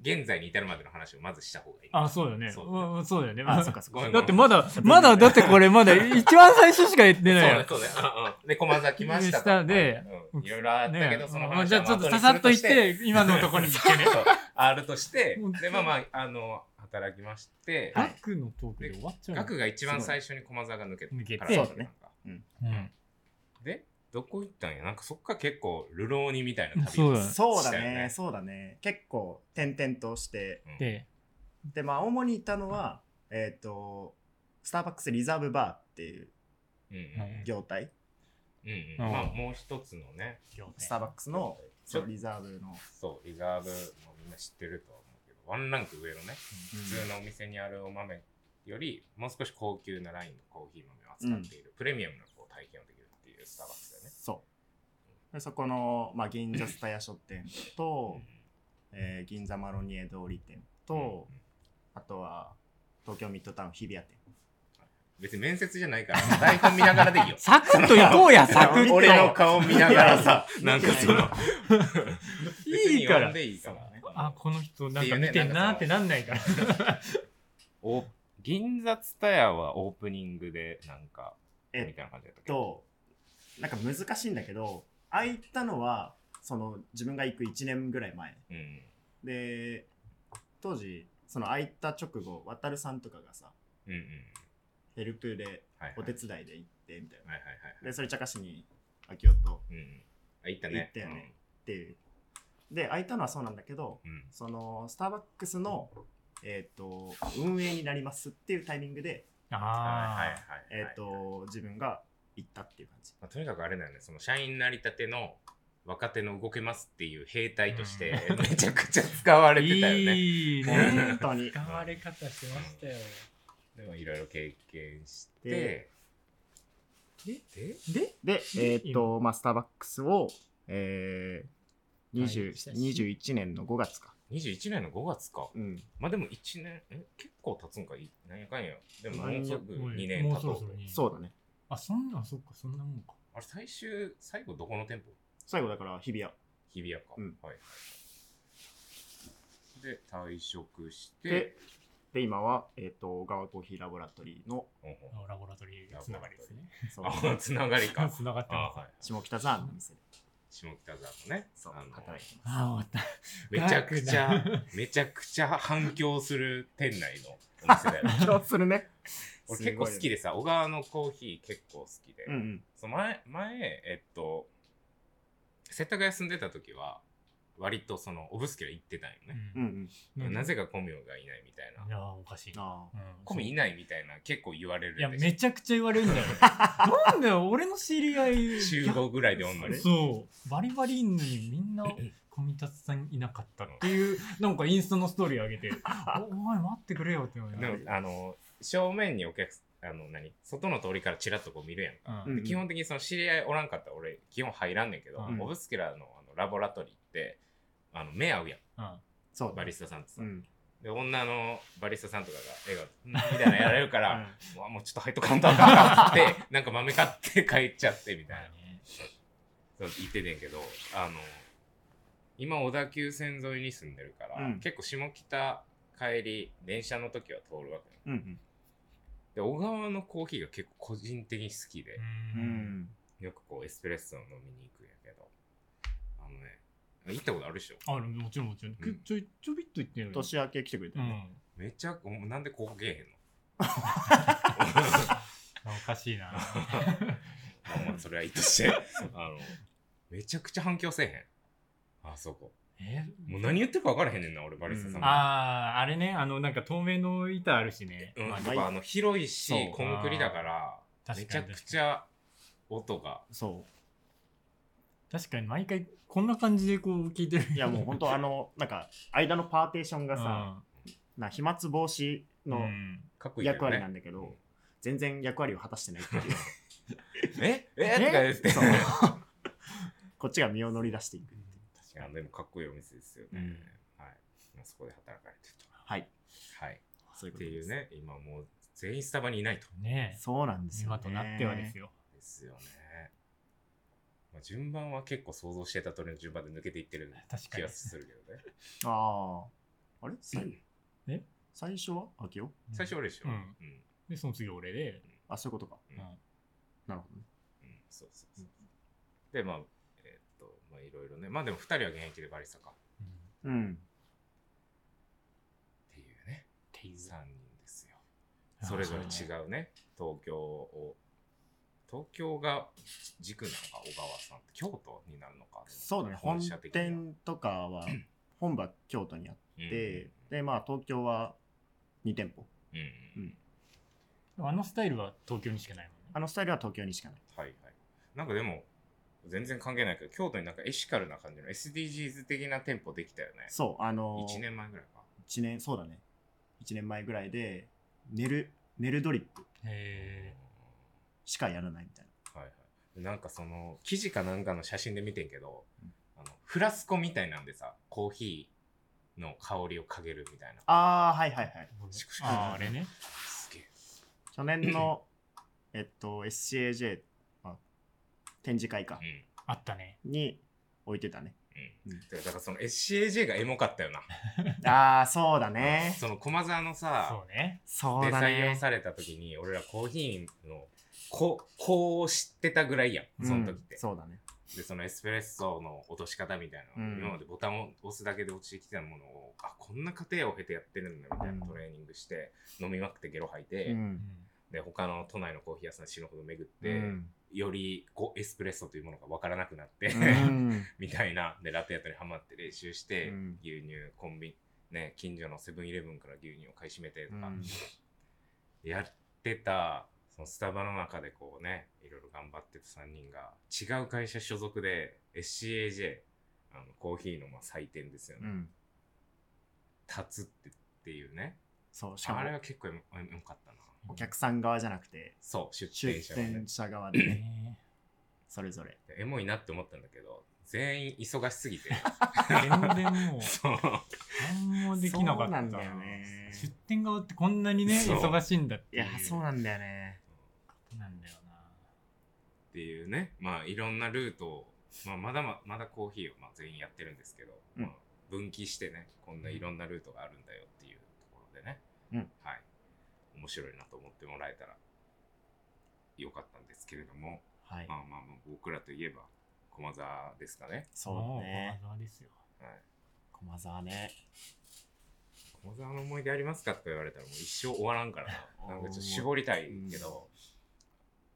Speaker 1: 現在に至るまでの話をまずした方がいい。
Speaker 3: あー、そうだよね。
Speaker 1: そうだね
Speaker 3: うんそう だよね。
Speaker 2: あ、そっかそっ
Speaker 1: ごめ
Speaker 2: か
Speaker 1: ん。
Speaker 4: だってまだ、まだ、だってこれまだ一番最初しか言って
Speaker 1: そう
Speaker 4: ない
Speaker 1: だ
Speaker 4: よ
Speaker 1: ね、。そうだね。あうんで、駒崎ましたと。
Speaker 3: 下で
Speaker 1: うんいろいろあったけど、その
Speaker 3: まあ
Speaker 1: 話
Speaker 3: じゃあちょっとささっと言っ。て、今のところに行って ね。
Speaker 1: そうあるとして
Speaker 3: うん、
Speaker 1: で、まあまあ、あの、働きまして、
Speaker 2: はい
Speaker 3: 学のトークで終わっちゃうの。
Speaker 1: 額が一番最初に駒沢が抜けた。
Speaker 3: 抜けて
Speaker 1: から
Speaker 2: そうだね。
Speaker 3: うん
Speaker 1: で、どこ行ったんやなんかそっから結構、流浪人みたいな旅
Speaker 4: そうだ
Speaker 1: を
Speaker 4: ね。
Speaker 2: そうだ
Speaker 1: したよ
Speaker 2: ね、そうだね。結構、転々として。
Speaker 1: うん
Speaker 3: で、
Speaker 2: で、まあ、主にいたのは、えっ、と、スターバックスリザーブバーっていう
Speaker 1: うん
Speaker 2: 業態、
Speaker 1: うんうん。うんうん。まあ、もう一つのね、
Speaker 2: スターバックスの
Speaker 1: ち
Speaker 2: そ
Speaker 1: ょ
Speaker 2: のリザーブの。
Speaker 1: そう、リザーブもみんな知ってるとは思うけど、ワンランク上のね、普通のお店にあるお豆より、もう少し高級なラインのコーヒー豆を扱っている、プレミアムなこう体験をできるっていうスターバックスだよね。
Speaker 2: そう。でそこの、まあ、銀座スタヤ書店と、
Speaker 1: う
Speaker 2: えー銀座マロニエ通り店
Speaker 1: ん
Speaker 2: と、
Speaker 1: うん
Speaker 2: あとは、東京ミッドタウン日比谷店。
Speaker 1: 別に面接じゃないから、台本見ながらでいいよ
Speaker 4: サクッと行こうや、サクッ
Speaker 2: 見
Speaker 4: と。
Speaker 2: てよ
Speaker 1: 俺の顔見ながらさ、
Speaker 2: いや
Speaker 1: なんかその、
Speaker 4: いいから
Speaker 1: 別に呼んでいいから
Speaker 2: そうだね
Speaker 3: あ、この人なんか
Speaker 1: っていうね
Speaker 3: 見てんな
Speaker 1: なんか
Speaker 3: ーっ
Speaker 1: そ
Speaker 3: て
Speaker 1: の
Speaker 3: なんないから。
Speaker 1: お銀座ツタヤはオープニングで、なんか、
Speaker 2: え
Speaker 1: みたいな感じだったっけど。
Speaker 2: と、なんか難しいんだけど、あいたのは、その、自分が行く1年ぐらい前。
Speaker 1: うん。
Speaker 2: で、当時、その開いた直後、渡るさんとかがさ、
Speaker 1: うんうん。
Speaker 2: ヘルプで
Speaker 1: はいはい。
Speaker 2: お手伝いで行ってみたい
Speaker 1: はいはいはい
Speaker 2: な。で、それ茶化しに開きよと
Speaker 1: うんうん。あ、行ったね。
Speaker 2: 行ったよねっていう。で、開いたのはそうなんだけど、
Speaker 1: うん。うん。
Speaker 2: そのスターバックスの、えー、と運営になりますっていうタイミングで、
Speaker 1: はいはい
Speaker 3: あ
Speaker 1: はい。
Speaker 2: えーと自分が行ったっていう感じ。
Speaker 1: まあ、とにかくあれだよね、その社員なりたての若手の動けますっていう兵隊として めちゃくちゃ使わ
Speaker 3: あ。
Speaker 1: れてたよね。
Speaker 3: いい
Speaker 2: 本
Speaker 3: ね。
Speaker 2: 当に。
Speaker 3: 使われ方してましたよ。
Speaker 1: でもいろいろ経験してで、
Speaker 2: で、
Speaker 1: で、
Speaker 2: で、でえー、と、まあ、スターバックスを、えー、
Speaker 3: はい
Speaker 2: 20 21年の5月か。
Speaker 1: 21年の5月か。
Speaker 2: うん。
Speaker 1: まあでも1年、ん結構経つんか、いなんやかんや。でももうすぐ
Speaker 3: もう
Speaker 1: 2年経
Speaker 3: もうそ
Speaker 1: と
Speaker 3: ろ
Speaker 1: う
Speaker 3: そ
Speaker 1: と
Speaker 3: ろ。に。
Speaker 2: そうだね。
Speaker 3: あ、そんな、そっか、そんなもんか。
Speaker 1: あれ、最終、最後どこの店舗
Speaker 2: 最後だから、日比谷。
Speaker 1: 日比谷か。
Speaker 2: うん
Speaker 1: はいはい。で、退職して
Speaker 2: で、、で今は、えー、と小川コーヒーラボラトリーの
Speaker 1: ほんほん
Speaker 3: ラボラトリーつながりですね。
Speaker 2: そう
Speaker 1: あ、つながり か。
Speaker 3: つながって
Speaker 1: あ、
Speaker 3: ます。
Speaker 1: はい。
Speaker 2: 下北沢のお店で
Speaker 1: 下北沢のね、
Speaker 2: そう
Speaker 1: あの
Speaker 2: 働いてます。
Speaker 3: ああ、終わった。
Speaker 1: めちゃくちゃ、めちゃくちゃ反響する店内のお店だ よね。
Speaker 2: 緊張するね。
Speaker 1: 俺結構好き
Speaker 2: で。
Speaker 1: でさ、小川のコーヒー結構好きで。
Speaker 2: うんうん。
Speaker 1: その前、前、えっと、世田谷住んでた時は、割とその、オブスキュラ行ってたんよね。
Speaker 2: うんうん。
Speaker 1: なぜかコミオがいないみたい
Speaker 3: い
Speaker 1: な。
Speaker 3: やー、おかしい。
Speaker 2: ああ。
Speaker 3: うん
Speaker 1: コミいないみたいな、結構言われる
Speaker 3: いや、
Speaker 1: でしょ
Speaker 3: めちゃくちゃ言われるんだよ。 なんだよ、俺の知り合い。
Speaker 1: 週5ぐらいで女に。
Speaker 3: そう。バリバリいんのにみんな、コミタツさんいなかったっていう、なんかインスタのストーリー上げて、おお前待ってくれよって思いな
Speaker 1: で
Speaker 3: がら
Speaker 1: も、あの、正面にお客、あの、何外の通りからチラッとこう見るやんか。
Speaker 3: う
Speaker 2: うん
Speaker 1: で
Speaker 2: ん
Speaker 1: 基本的にその知り合いおらんかったら俺基本入らんねんけど、
Speaker 3: うん
Speaker 1: オブスキュラーのあのラボラトリーってあの目合うやん
Speaker 3: うん
Speaker 2: そうだ
Speaker 1: バリスタさんとさ、
Speaker 2: うん。
Speaker 1: で女のバリスタさんとかが笑顔で「うんみたいなやられるから、
Speaker 2: う
Speaker 1: うわもうちょっと入っとかんとあかんかってなんか豆買って帰っちゃってみたいなそう言っててんけどあの今小田急線沿いに住んでるから、
Speaker 2: うん
Speaker 1: 結構下北帰り電車の時は通るわけよ
Speaker 2: んうん。
Speaker 1: で小川のコーヒーが結構個人的に好きで、
Speaker 2: う
Speaker 3: うん
Speaker 2: ん。
Speaker 1: よくこうエスプレッソを飲みに行くんやけど、あのね、行ったことあるでしょ
Speaker 3: あ、でももちろんもちろん。くちょいちょびっと言ってるよ。
Speaker 2: 年明け来てくれた
Speaker 3: う
Speaker 2: よ
Speaker 3: ん。
Speaker 2: ね。
Speaker 1: めちゃく、おなんでここけえへんの
Speaker 3: おかしいな。
Speaker 1: まあまあそれはいいとして、あの、めちゃくちゃ反響せえへん。あそこ。
Speaker 3: え
Speaker 1: もう何言ってるか分からへんねんな、俺、バリスタさん
Speaker 2: うん
Speaker 1: が。
Speaker 3: ああ、あれね、あの、なんか透明の板あるしね。
Speaker 1: うん、や
Speaker 3: まあ
Speaker 1: っぱあの広いし
Speaker 2: そう、
Speaker 1: コンクリだから、めち
Speaker 3: 確か
Speaker 1: ゃ
Speaker 3: に
Speaker 1: くちゃ音が。
Speaker 2: そ
Speaker 3: 確かに毎回こんな感じでこう聞いてる。
Speaker 2: う。いやもう本 当あの、なんか、間のパーテーションがさ、な飛沫防止
Speaker 3: うん、う
Speaker 2: の
Speaker 3: ん
Speaker 1: かっこいいよね。
Speaker 2: 役割なんだけ
Speaker 1: うん
Speaker 2: ど、全然役割を果たしてないっていう。
Speaker 1: え えとか言って。
Speaker 2: そうこっちが身を乗り出していく。
Speaker 1: 確かに、でもかっこいいお店ですよね。
Speaker 3: うん
Speaker 1: はい。まあそこで働かれてると。
Speaker 2: はい。
Speaker 1: はい。
Speaker 2: そういう
Speaker 1: っ
Speaker 2: こ
Speaker 1: て
Speaker 2: とで
Speaker 1: い
Speaker 2: す
Speaker 1: う。ね、今もう全員スタバにいないと。
Speaker 3: ねえ
Speaker 2: そうなんですよ、ね。
Speaker 3: 今となってはです
Speaker 2: よ。
Speaker 3: よ
Speaker 1: ですよね。まあ、順番は結構想像してた通りの順番で抜けていってる
Speaker 3: 確か
Speaker 1: 気
Speaker 3: に
Speaker 1: がするけどね。
Speaker 2: ああ。あれ最後
Speaker 3: え
Speaker 2: 最初は明夫
Speaker 1: 最初俺でしょ。
Speaker 3: うん
Speaker 1: うん。
Speaker 3: でその次俺で
Speaker 2: あ、そういうことか。
Speaker 1: うん
Speaker 2: なるほどね。
Speaker 1: うんそうそうそう。で、まあ、えーっと、まあいろいろね。まあでも二人は現役でバリスタか。っ
Speaker 3: うんって
Speaker 2: うん。
Speaker 1: ていうね。
Speaker 3: ていう
Speaker 1: 三人ですよ。それぞれ違うね。東京を。東京が軸なのか、小川さんって京都になるのか。
Speaker 2: そうだね。本店と かは、本場京都にあっ
Speaker 1: で
Speaker 2: て、で、まあ東京は2店舗。
Speaker 1: うんうんうん
Speaker 3: あのスタイルは東京にしかないもんね
Speaker 2: あのスタイルは東京にしかない。
Speaker 1: はいはい。なんかでも、全然関係ないけど、京都になんかエシカルな感じの SDGs 的な店舗できたよね。
Speaker 2: そう、あのー、
Speaker 1: 1年前ぐらいか。
Speaker 2: 一年、そうだね。1年前ぐらいで、寝る、寝るドリップ
Speaker 3: へ
Speaker 2: しかやらないみたいな。
Speaker 1: はいはい。なんかその、記事かなんかの写真で見てんけど
Speaker 2: うん、
Speaker 1: あのフラスコみたいなんでさ、コーヒーの香りをかげるみたいな。
Speaker 2: ああ、はいはいはい。
Speaker 3: ー
Speaker 1: しくしく
Speaker 3: あーあれね
Speaker 1: すげえ。
Speaker 2: 去年 の、えっと、SCAJ、あ展示会か
Speaker 1: う、ん。
Speaker 3: あったね
Speaker 2: に置いてたね。
Speaker 1: う
Speaker 2: うん
Speaker 1: ん、てかだからその SCAJ がエモかったよな。
Speaker 2: ああ、そうだね。
Speaker 1: その駒沢のさ
Speaker 3: そ、うね
Speaker 2: そう
Speaker 1: で
Speaker 2: だ
Speaker 1: 採用
Speaker 2: ね。
Speaker 1: された時に、俺らコーヒーの、こ、こう知ってたぐらいやん、その時って
Speaker 2: うん。そうだね。
Speaker 1: でそのエスプレッソの落とし方みたいな、
Speaker 2: うん
Speaker 1: 今までボタンを押すだけで落ちてきたものをあこんな過程を経てやってるんだみたいな
Speaker 2: うん
Speaker 1: トレーニングして、飲みまくってゲロ吐いて、
Speaker 2: うん。
Speaker 1: で他の都内のコーヒー屋さん死ぬほど巡って、
Speaker 2: うん
Speaker 1: よりこうエスプレッソというものが分からなくなって、
Speaker 2: うん
Speaker 1: みたいなでラテアートにハマって練習して、
Speaker 2: うん
Speaker 1: 牛乳コンビニ、ね、近所のセブンイレブンから牛乳を買い占めてとか、
Speaker 2: うん
Speaker 1: やってたそのスタバの中でこうねいろいろ頑張ってた3人が違う会社所属で SCAJ あのコーヒーのまあ祭典ですよ
Speaker 2: う
Speaker 1: ね
Speaker 2: ん
Speaker 1: 「立つ」ってっていうね
Speaker 2: そう、しかも
Speaker 1: あれは結構よよかったな
Speaker 2: お客さん側じゃなくて、
Speaker 1: そう出
Speaker 2: 出
Speaker 1: 店者がね
Speaker 2: 店者側で ね、
Speaker 3: ね
Speaker 2: それぞれ。
Speaker 1: エモいなって思ったんだけど全員忙しす ぎて
Speaker 3: 全然もう
Speaker 1: そう
Speaker 3: 何もできなか
Speaker 2: そう
Speaker 3: っ
Speaker 2: なん
Speaker 3: た
Speaker 2: だよね
Speaker 3: 出店側ってこんなにね
Speaker 1: そう
Speaker 3: 忙しいんだって
Speaker 2: い
Speaker 3: い
Speaker 2: や、そう
Speaker 3: こ
Speaker 2: なんだよね。
Speaker 3: となんだよ
Speaker 1: っていうねまあいろんなルートを、まあ、まだままだコーヒーをまあ全員やってるんですけど、
Speaker 2: うん
Speaker 1: まあ、分岐してねこんないろんなルートがあるんだよっていうところでね、
Speaker 2: うん
Speaker 1: はい面白いなと思ってもらえたらよかったんですけれども、
Speaker 2: はい
Speaker 1: ま。あまあまあ僕らといえば駒沢ですかね、
Speaker 3: な
Speaker 2: そう
Speaker 3: も
Speaker 2: だ
Speaker 3: う
Speaker 2: ね。
Speaker 3: 駒沢ですよ
Speaker 1: はい、
Speaker 2: 駒沢ね。
Speaker 1: 駒沢の思い出ありますかって言われたらもう一生終わらんからななんかちょっと絞りたいけど、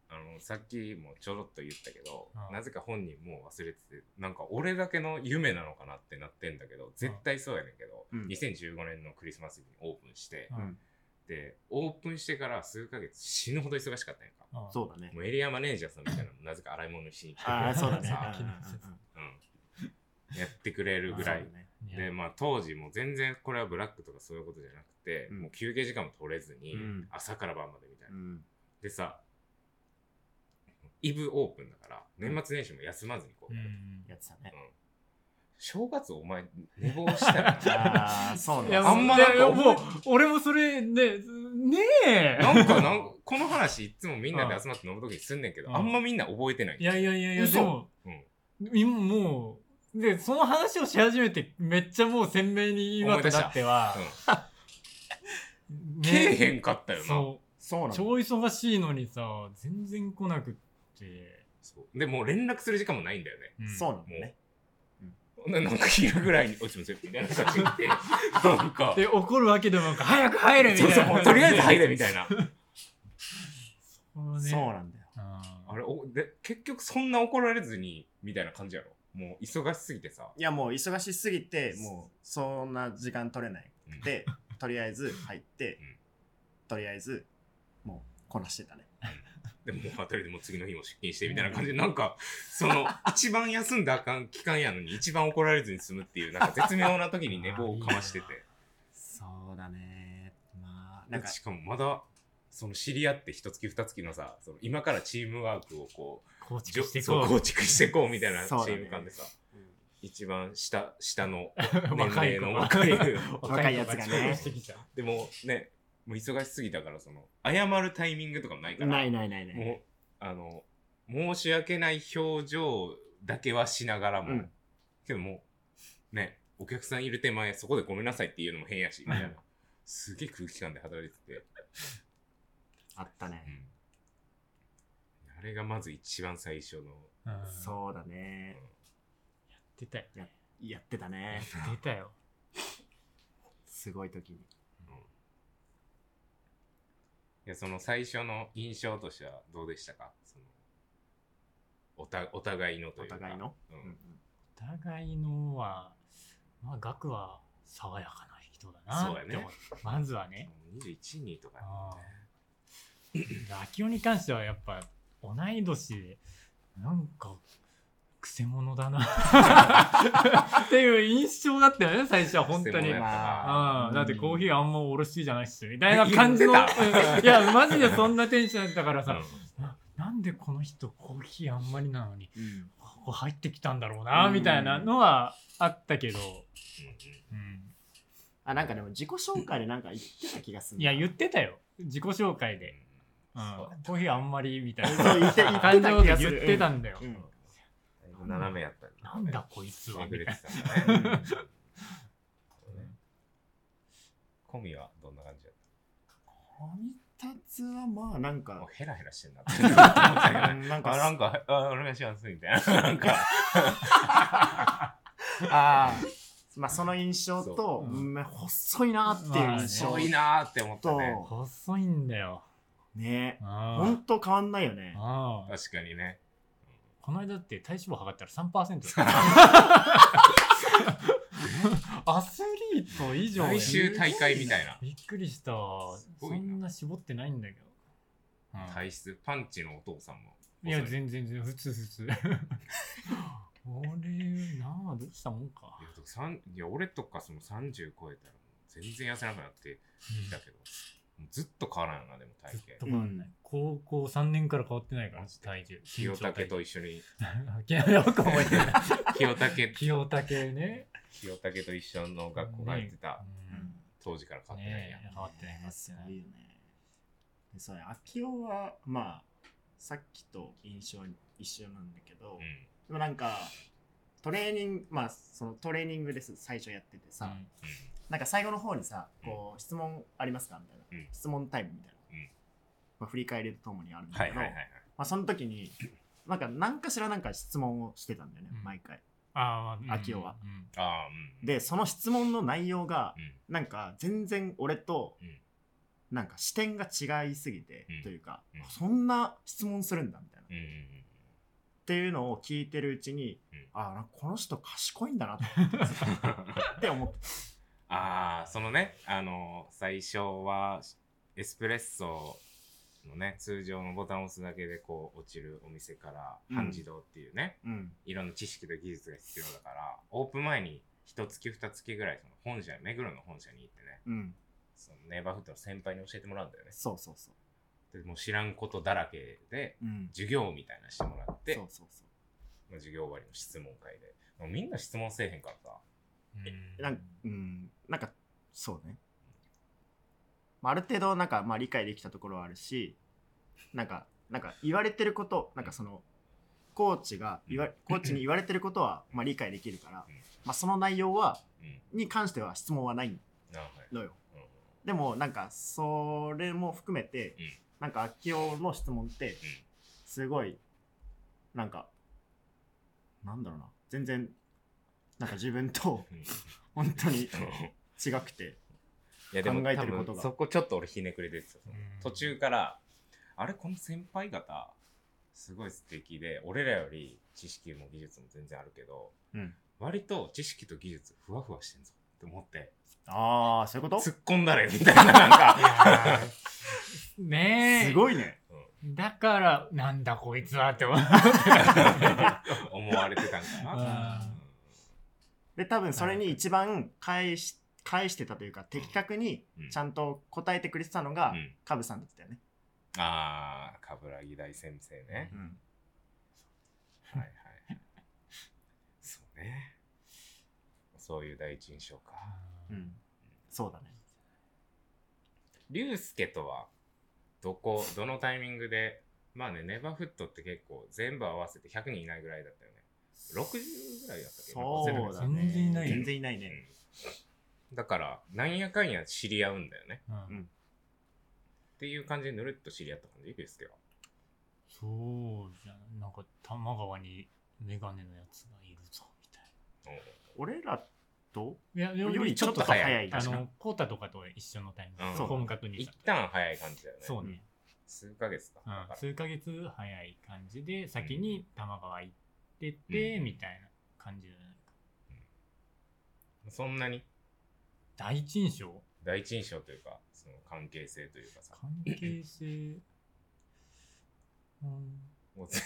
Speaker 1: あのさっきもちょろっと言ったけど、
Speaker 3: うん
Speaker 1: なぜか本人もう忘れててなんか俺だけの夢なのかなってなってんだけど絶対そうやねんけど、
Speaker 2: うん
Speaker 1: 2015年のクリスマスイブにオープンして、
Speaker 3: うん
Speaker 1: でオープンしてから数ヶ月死ぬほど忙しかったんやんか
Speaker 3: ああ
Speaker 2: そうだね。
Speaker 1: もうエリアマネージャーさんみたいなのもなぜか洗い物しに来てくれ
Speaker 2: ああ、
Speaker 1: て
Speaker 2: そ うだね。
Speaker 1: さ
Speaker 3: うん
Speaker 1: うんやってくれるぐらい
Speaker 3: いや
Speaker 1: でまあ当時もう全然これはブラックとかそういうことじゃなくて、
Speaker 2: うん
Speaker 1: もう休憩時間も取れずに、
Speaker 2: うん
Speaker 1: 朝から晩までみたいな、
Speaker 2: うん。
Speaker 1: でさイブオープンだから年末年始も休まずにこう、
Speaker 3: うん
Speaker 2: やってたね。
Speaker 1: 正月お前寝坊したら な
Speaker 2: ああ、そう
Speaker 3: いや
Speaker 1: あ
Speaker 2: だ
Speaker 1: んまな
Speaker 3: い
Speaker 1: ん
Speaker 3: や
Speaker 1: か
Speaker 3: いやもう俺もそれねね え
Speaker 1: なんかなんかこの話いつもみんなで集まって飲む時にすんねんけど、
Speaker 3: うん
Speaker 1: あんまみんな覚えてない
Speaker 3: いやいやいやいやでも
Speaker 1: うん
Speaker 3: 今もうでその話をし始めてめっちゃもう鮮明に今となっては
Speaker 1: 思い出
Speaker 3: ね
Speaker 1: けえへんかったよなそう
Speaker 3: そ
Speaker 2: そう
Speaker 3: う
Speaker 2: な
Speaker 3: 超
Speaker 2: の。
Speaker 3: 忙しいのにさ全然来なくって、
Speaker 1: でもう連絡する時間もないんだよね
Speaker 3: ん
Speaker 2: そうなのね。
Speaker 1: ほんでなんか昼ぐらいに「落ちますよ」みたいな感じで なんか
Speaker 3: で怒るわけでもなく早く入れみた
Speaker 1: そ
Speaker 3: いうな
Speaker 1: そうもうとりあえず入れみたいな
Speaker 3: そうね
Speaker 2: そうなんだよ。
Speaker 3: うん
Speaker 1: あれおで結局そんな怒られずにみたいな感じやろもう忙しすぎてさ、
Speaker 2: いや、もう忙しすぎて、もうそんな時間取れない。で、とりあえず入って
Speaker 1: うん、
Speaker 2: とりあえず、もうこなしてたね。
Speaker 1: でもう当たりでもう次の日も出勤してみたいな感じでなんかその一番休んだあかん期間やのに一番怒られずに済むっていうなんか絶妙な時に寝坊をかましてて
Speaker 2: そうだね。まあ、
Speaker 1: なんかしかもまだその知り合って一月二月のさその今からチームワークをこう
Speaker 3: 構
Speaker 1: じ
Speaker 3: 築
Speaker 1: ょ
Speaker 3: してい
Speaker 1: そ
Speaker 3: こ
Speaker 1: う
Speaker 3: う
Speaker 1: 構築していこうみたいなチ
Speaker 2: そうだね
Speaker 1: ーム感でさ、一番下下の年
Speaker 3: 若い
Speaker 1: 齢
Speaker 3: 子
Speaker 1: の
Speaker 3: が
Speaker 1: 若い
Speaker 2: 若いやつがね
Speaker 3: 若い子注意してきた
Speaker 1: でもねもう忙しすぎたからその謝るタイミングとかもないから
Speaker 2: ないないないない。
Speaker 1: もうあの申し訳ない表情だけはしながらも、
Speaker 2: うん
Speaker 1: けどもうねお客さんいる手前そこでごめんなさいっていうのも変やしみたいなすげえ空気感で働いてて、
Speaker 2: あったね。
Speaker 1: あれがまず一番最初の
Speaker 3: うんやっ
Speaker 2: そうだね。
Speaker 3: てたよね
Speaker 2: やってたね。
Speaker 3: 出たよ
Speaker 2: すごい時に。
Speaker 1: いやその最初の印象としてはどうでしたかそのおたお互いのと
Speaker 2: お
Speaker 1: いうか
Speaker 2: 互いの。
Speaker 1: う
Speaker 2: うんん
Speaker 3: お互いのはまあ額は爽やかな人だな
Speaker 1: そうやね
Speaker 3: って思うまずはね
Speaker 1: もう21人とか
Speaker 3: あラキオに関してはやっぱ同い年でなんかくせ者だなっていう印象だったよね最初は本当に。
Speaker 1: 専門やったな
Speaker 3: あ
Speaker 2: うん
Speaker 3: あだってコーヒーあんまおろしいじゃないっすみたいな 感じの
Speaker 1: 言っ
Speaker 3: うんいやマジでそんなテンションだったからさ、
Speaker 1: う
Speaker 3: ななんでこの人コーヒーあんまりなのに
Speaker 2: うん
Speaker 3: ここ入ってきたんだろうな
Speaker 2: うん
Speaker 3: みたいなのはあったけど、
Speaker 1: んうん
Speaker 3: うん
Speaker 2: あ、なんかでも自己紹介でなんか言ってた気がする。
Speaker 3: いや言ってたよ自己紹介で、うん
Speaker 1: そう
Speaker 3: コーヒーあんまりみたいな
Speaker 2: そう言って言ってた
Speaker 3: 感
Speaker 2: 気
Speaker 3: 情で
Speaker 2: がす
Speaker 3: 言っ
Speaker 2: る。
Speaker 3: てたんだよ、
Speaker 2: うん。
Speaker 1: うん斜めやった
Speaker 3: なんだこいつは
Speaker 1: えぐれ
Speaker 3: みた
Speaker 1: て
Speaker 3: い
Speaker 1: たんだねコミはどんな感じだっ
Speaker 2: 鬼たつはまあなん
Speaker 1: たも
Speaker 2: か
Speaker 1: う、ヘラヘラしてんなって思 ったけどね
Speaker 2: なん
Speaker 1: あ、な
Speaker 2: か、
Speaker 1: んか、あお願いします、みたいな。なんか、
Speaker 2: あーまあその印象と、
Speaker 3: そう
Speaker 2: うん細いなっていう印象
Speaker 3: ま
Speaker 1: 遅
Speaker 3: あ
Speaker 1: いなーって思ったね。
Speaker 3: な
Speaker 2: と、
Speaker 3: 細いんだよ
Speaker 2: ね、
Speaker 3: あ
Speaker 2: ほんと変わんないよね。
Speaker 3: ああ
Speaker 1: 確かにね。
Speaker 3: この間だって体脂肪測ったら3%だったアスリート以上や
Speaker 1: 毎週大会みたいな。
Speaker 3: びっくりしたそ
Speaker 1: ごいなん
Speaker 3: な絞ってないんだけど、うん
Speaker 1: 体質、パンチのお父さんも。
Speaker 3: いや、全然、全然、普通、普通。 俺、なあ、どうしたもんか
Speaker 1: い。やさんいや俺とかその30超えたら、全然痩せなくなってきたけど、もうずっと変わらんよな、でも体
Speaker 3: ずっと
Speaker 1: 型。
Speaker 3: 変わんない。高校3年から変わってないから、体重。
Speaker 1: 清武と
Speaker 3: 身
Speaker 1: 一緒 に、
Speaker 3: 長体重。よく覚えてる。
Speaker 1: 清武、
Speaker 3: 清武ね。
Speaker 1: 清武と一緒の学校入ってた、当時から変わってないやん。
Speaker 3: ねえ変わってない変わって
Speaker 2: す
Speaker 3: ない
Speaker 2: ごいよね。でそうね、秋夫は、まあ、さっきと印象一緒なんだけど、
Speaker 1: うん
Speaker 2: でもなんか、トレーニング、まあ、そのトレーニングです、最初やっててさ、
Speaker 3: うん
Speaker 2: なんか最後の方にさ、こう、質問ありますかみたいな、
Speaker 1: うん
Speaker 2: 質問タイムみたいな、
Speaker 1: うん
Speaker 2: まあ、振り返りとともにあるんだ
Speaker 1: は
Speaker 2: け
Speaker 1: い
Speaker 2: ど、
Speaker 1: はいはいはい。
Speaker 2: まあ、その時に、なんか、何かしらなんか質問をしてたんだよね、
Speaker 3: うん
Speaker 2: 毎回。
Speaker 3: ああ、
Speaker 2: 秋代は
Speaker 3: うん。
Speaker 1: ああ、うん。
Speaker 2: で、その質問の内容が
Speaker 1: う、ん、
Speaker 2: なんか全然俺と
Speaker 1: うん
Speaker 2: なんか視点が違いすぎて
Speaker 1: うん
Speaker 2: というか、
Speaker 1: うん
Speaker 2: そんな質問するんだみたいな、
Speaker 1: う
Speaker 2: っ
Speaker 1: んうんうん。
Speaker 2: ていうのを聞いてるうちに、
Speaker 1: うん
Speaker 2: ああなんかこの人賢いんだなって って思って
Speaker 1: ああそのねあの最初はエスプレッソのね通常のボタンを押すだけでこう落ちるお店から
Speaker 2: うん
Speaker 1: 半自動っていうね、
Speaker 2: うん
Speaker 1: いろんな知識と技術が必要だからオープン前に一月二月ぐらいその本社目黒の本社に行ってね
Speaker 2: うん
Speaker 1: そのネイバーフットの先輩に教えてもらうんだよね
Speaker 2: そうそうそう
Speaker 1: でもう知らんことだらけで
Speaker 2: うん
Speaker 1: 授業みたいなのしてもらって
Speaker 2: そうそうそ
Speaker 1: まあ授業終わりの質問会でもうみんな質問せえへんからさ
Speaker 2: うなんかうんなんかそうね、まあ、ある程度なんかまあ理解できたところはあるしなんかなんか言われてることなんかそのコーチが言わコーチに言われてることはまあ理解できるから
Speaker 1: うん、
Speaker 2: まあ、その内容は
Speaker 1: うん
Speaker 2: に関しては質問はない
Speaker 1: あはい
Speaker 2: のよ
Speaker 1: うんうん
Speaker 2: でもなんかそれも含めて、
Speaker 1: うん
Speaker 2: なんか秋夫の質問ってすごいなんかなんだろうな全然なんか自 分と
Speaker 1: うん
Speaker 2: 本当に
Speaker 1: うん
Speaker 2: 違くて
Speaker 1: いやでも
Speaker 2: 考えてること
Speaker 1: 多
Speaker 2: が
Speaker 1: 分そこちょっと俺ひねくれてるんですよ
Speaker 3: うん
Speaker 1: 途中からあれこの先輩方すごい素敵で俺らより知識も技術も全然あるけど、
Speaker 2: うん
Speaker 1: 割と知識と技術ふわふわしてんぞって思って
Speaker 2: ああそういうことす
Speaker 1: 突っ込んだれみたいななんか
Speaker 3: いやーねえ。
Speaker 2: ごいね
Speaker 3: だから、なんだこいつはって思う。
Speaker 1: 思われてたんかな
Speaker 3: うん
Speaker 2: で多分それに一番返し返してたというか的確に
Speaker 1: うん
Speaker 2: ちゃんと答えてくれてたのが
Speaker 1: うん
Speaker 2: カブさんだったよね
Speaker 1: ああ、冠城大先生ね
Speaker 2: う。ん、
Speaker 1: はいはいはい。そうね。そういう第一印象か。
Speaker 2: うん、そうだね
Speaker 1: 龍介とは、どこ、どのタイミングで、まあね、ネバーフットって結構全部合わせて100人いないぐらいだったよね。60ぐらいだったっけ
Speaker 2: そうだね
Speaker 3: 全然いないよ
Speaker 2: 全然いないね、
Speaker 1: うんだから、なんやかんや知り合うんだよね。
Speaker 3: うん
Speaker 2: うん
Speaker 1: っていう感じでぬるっと知り合った感じ、龍介は。
Speaker 3: そうじゃんなんか玉川にメガネのやつがいるぞみたい
Speaker 2: 俺らと
Speaker 3: ないやでも
Speaker 2: よりちょっ
Speaker 1: ち
Speaker 2: と
Speaker 1: ょっと早い
Speaker 2: 早い
Speaker 3: あ
Speaker 2: 確か
Speaker 3: のコータとかと一緒のタイミング、
Speaker 1: うん
Speaker 3: 本格に
Speaker 1: 一旦早い感じだよね。
Speaker 3: そうね、
Speaker 1: 数ヶ月か。
Speaker 3: うん
Speaker 1: だから
Speaker 3: 数ヶ月早い感じで先に玉川行ってて、
Speaker 1: うん
Speaker 3: みたいな感じじゃないか
Speaker 1: そんなに
Speaker 3: 第一印象
Speaker 1: 第一印象というか、その関係性というかさ。
Speaker 3: 関係性うん
Speaker 1: もう全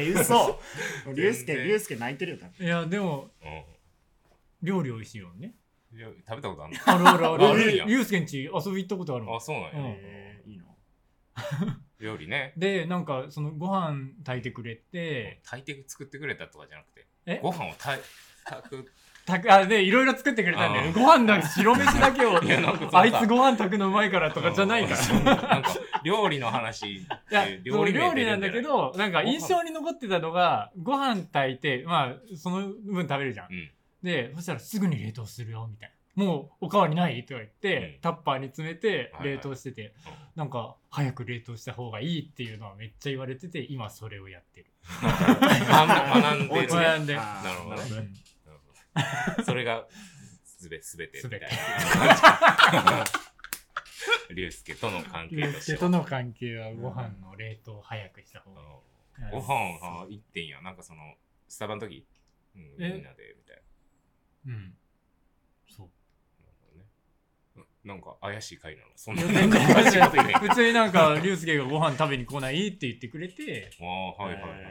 Speaker 2: え嘘
Speaker 1: 全然
Speaker 2: 龍介龍介泣いてるよ多分
Speaker 3: いやでも
Speaker 1: う
Speaker 3: 料理美味しいよ ね
Speaker 1: んいや食べたことある
Speaker 3: あるある
Speaker 1: あ
Speaker 3: あ
Speaker 1: るん
Speaker 3: る
Speaker 1: や
Speaker 3: ゆうすけんち遊び行ったことあるも
Speaker 1: の
Speaker 3: ん
Speaker 1: あ、そうなんや、
Speaker 3: うん
Speaker 2: えーいいの
Speaker 1: 料理ね。
Speaker 3: でなんかそのご飯炊いてくれて
Speaker 1: 炊いて作ってくれたとかじゃなくて、
Speaker 3: え
Speaker 1: ご飯を炊い炊く。
Speaker 3: たくあでいろいろ作ってくれたんだよね
Speaker 1: あ
Speaker 3: ご飯だけ白飯だけ を
Speaker 1: いやなんかそうさ
Speaker 3: あいつご飯炊くのうまいからとかじゃないか
Speaker 1: そうなんか、料理の話って
Speaker 3: らいやそう
Speaker 1: 名
Speaker 3: 料理なんだけどなんか
Speaker 1: ご飯
Speaker 3: 印象に残ってたのがご飯炊いてまあその分食べるじゃん
Speaker 1: 出てる
Speaker 3: でそしたらすぐに冷凍するよみたいなもうおかわりないとか言って、
Speaker 1: うん
Speaker 3: タッパーに詰めて
Speaker 1: はいはい
Speaker 3: 冷凍してて、
Speaker 1: うん
Speaker 3: なんか早く冷凍した方がいいっていうのはめっちゃ言われてて今それをやってる
Speaker 1: うん。学ん学んで
Speaker 2: お
Speaker 1: る、
Speaker 2: 家
Speaker 1: ね。なる
Speaker 3: 学んで
Speaker 2: あー
Speaker 1: なるほどね
Speaker 2: ね
Speaker 1: ほどそれが、すべ、すべてみたいな感じ。竜介との関係
Speaker 3: ユ
Speaker 1: と
Speaker 3: ー
Speaker 1: し
Speaker 3: スケ
Speaker 1: ては。
Speaker 3: との関係はご飯の冷凍を早くした方がいい、
Speaker 1: うんご飯は行ってんや。なんかその、スタバの時、うん、みんな
Speaker 3: え
Speaker 1: で、みたいな。
Speaker 3: うん そう
Speaker 1: なるほどねうんなんか怪しい回なの。そんな
Speaker 3: や全然
Speaker 1: 怪しいこと言うねんけど
Speaker 3: 普通になんかユースケがご飯食べに来ないって言ってくれて、
Speaker 1: ああ、はいはいは
Speaker 3: う
Speaker 1: い
Speaker 3: ん、
Speaker 2: え。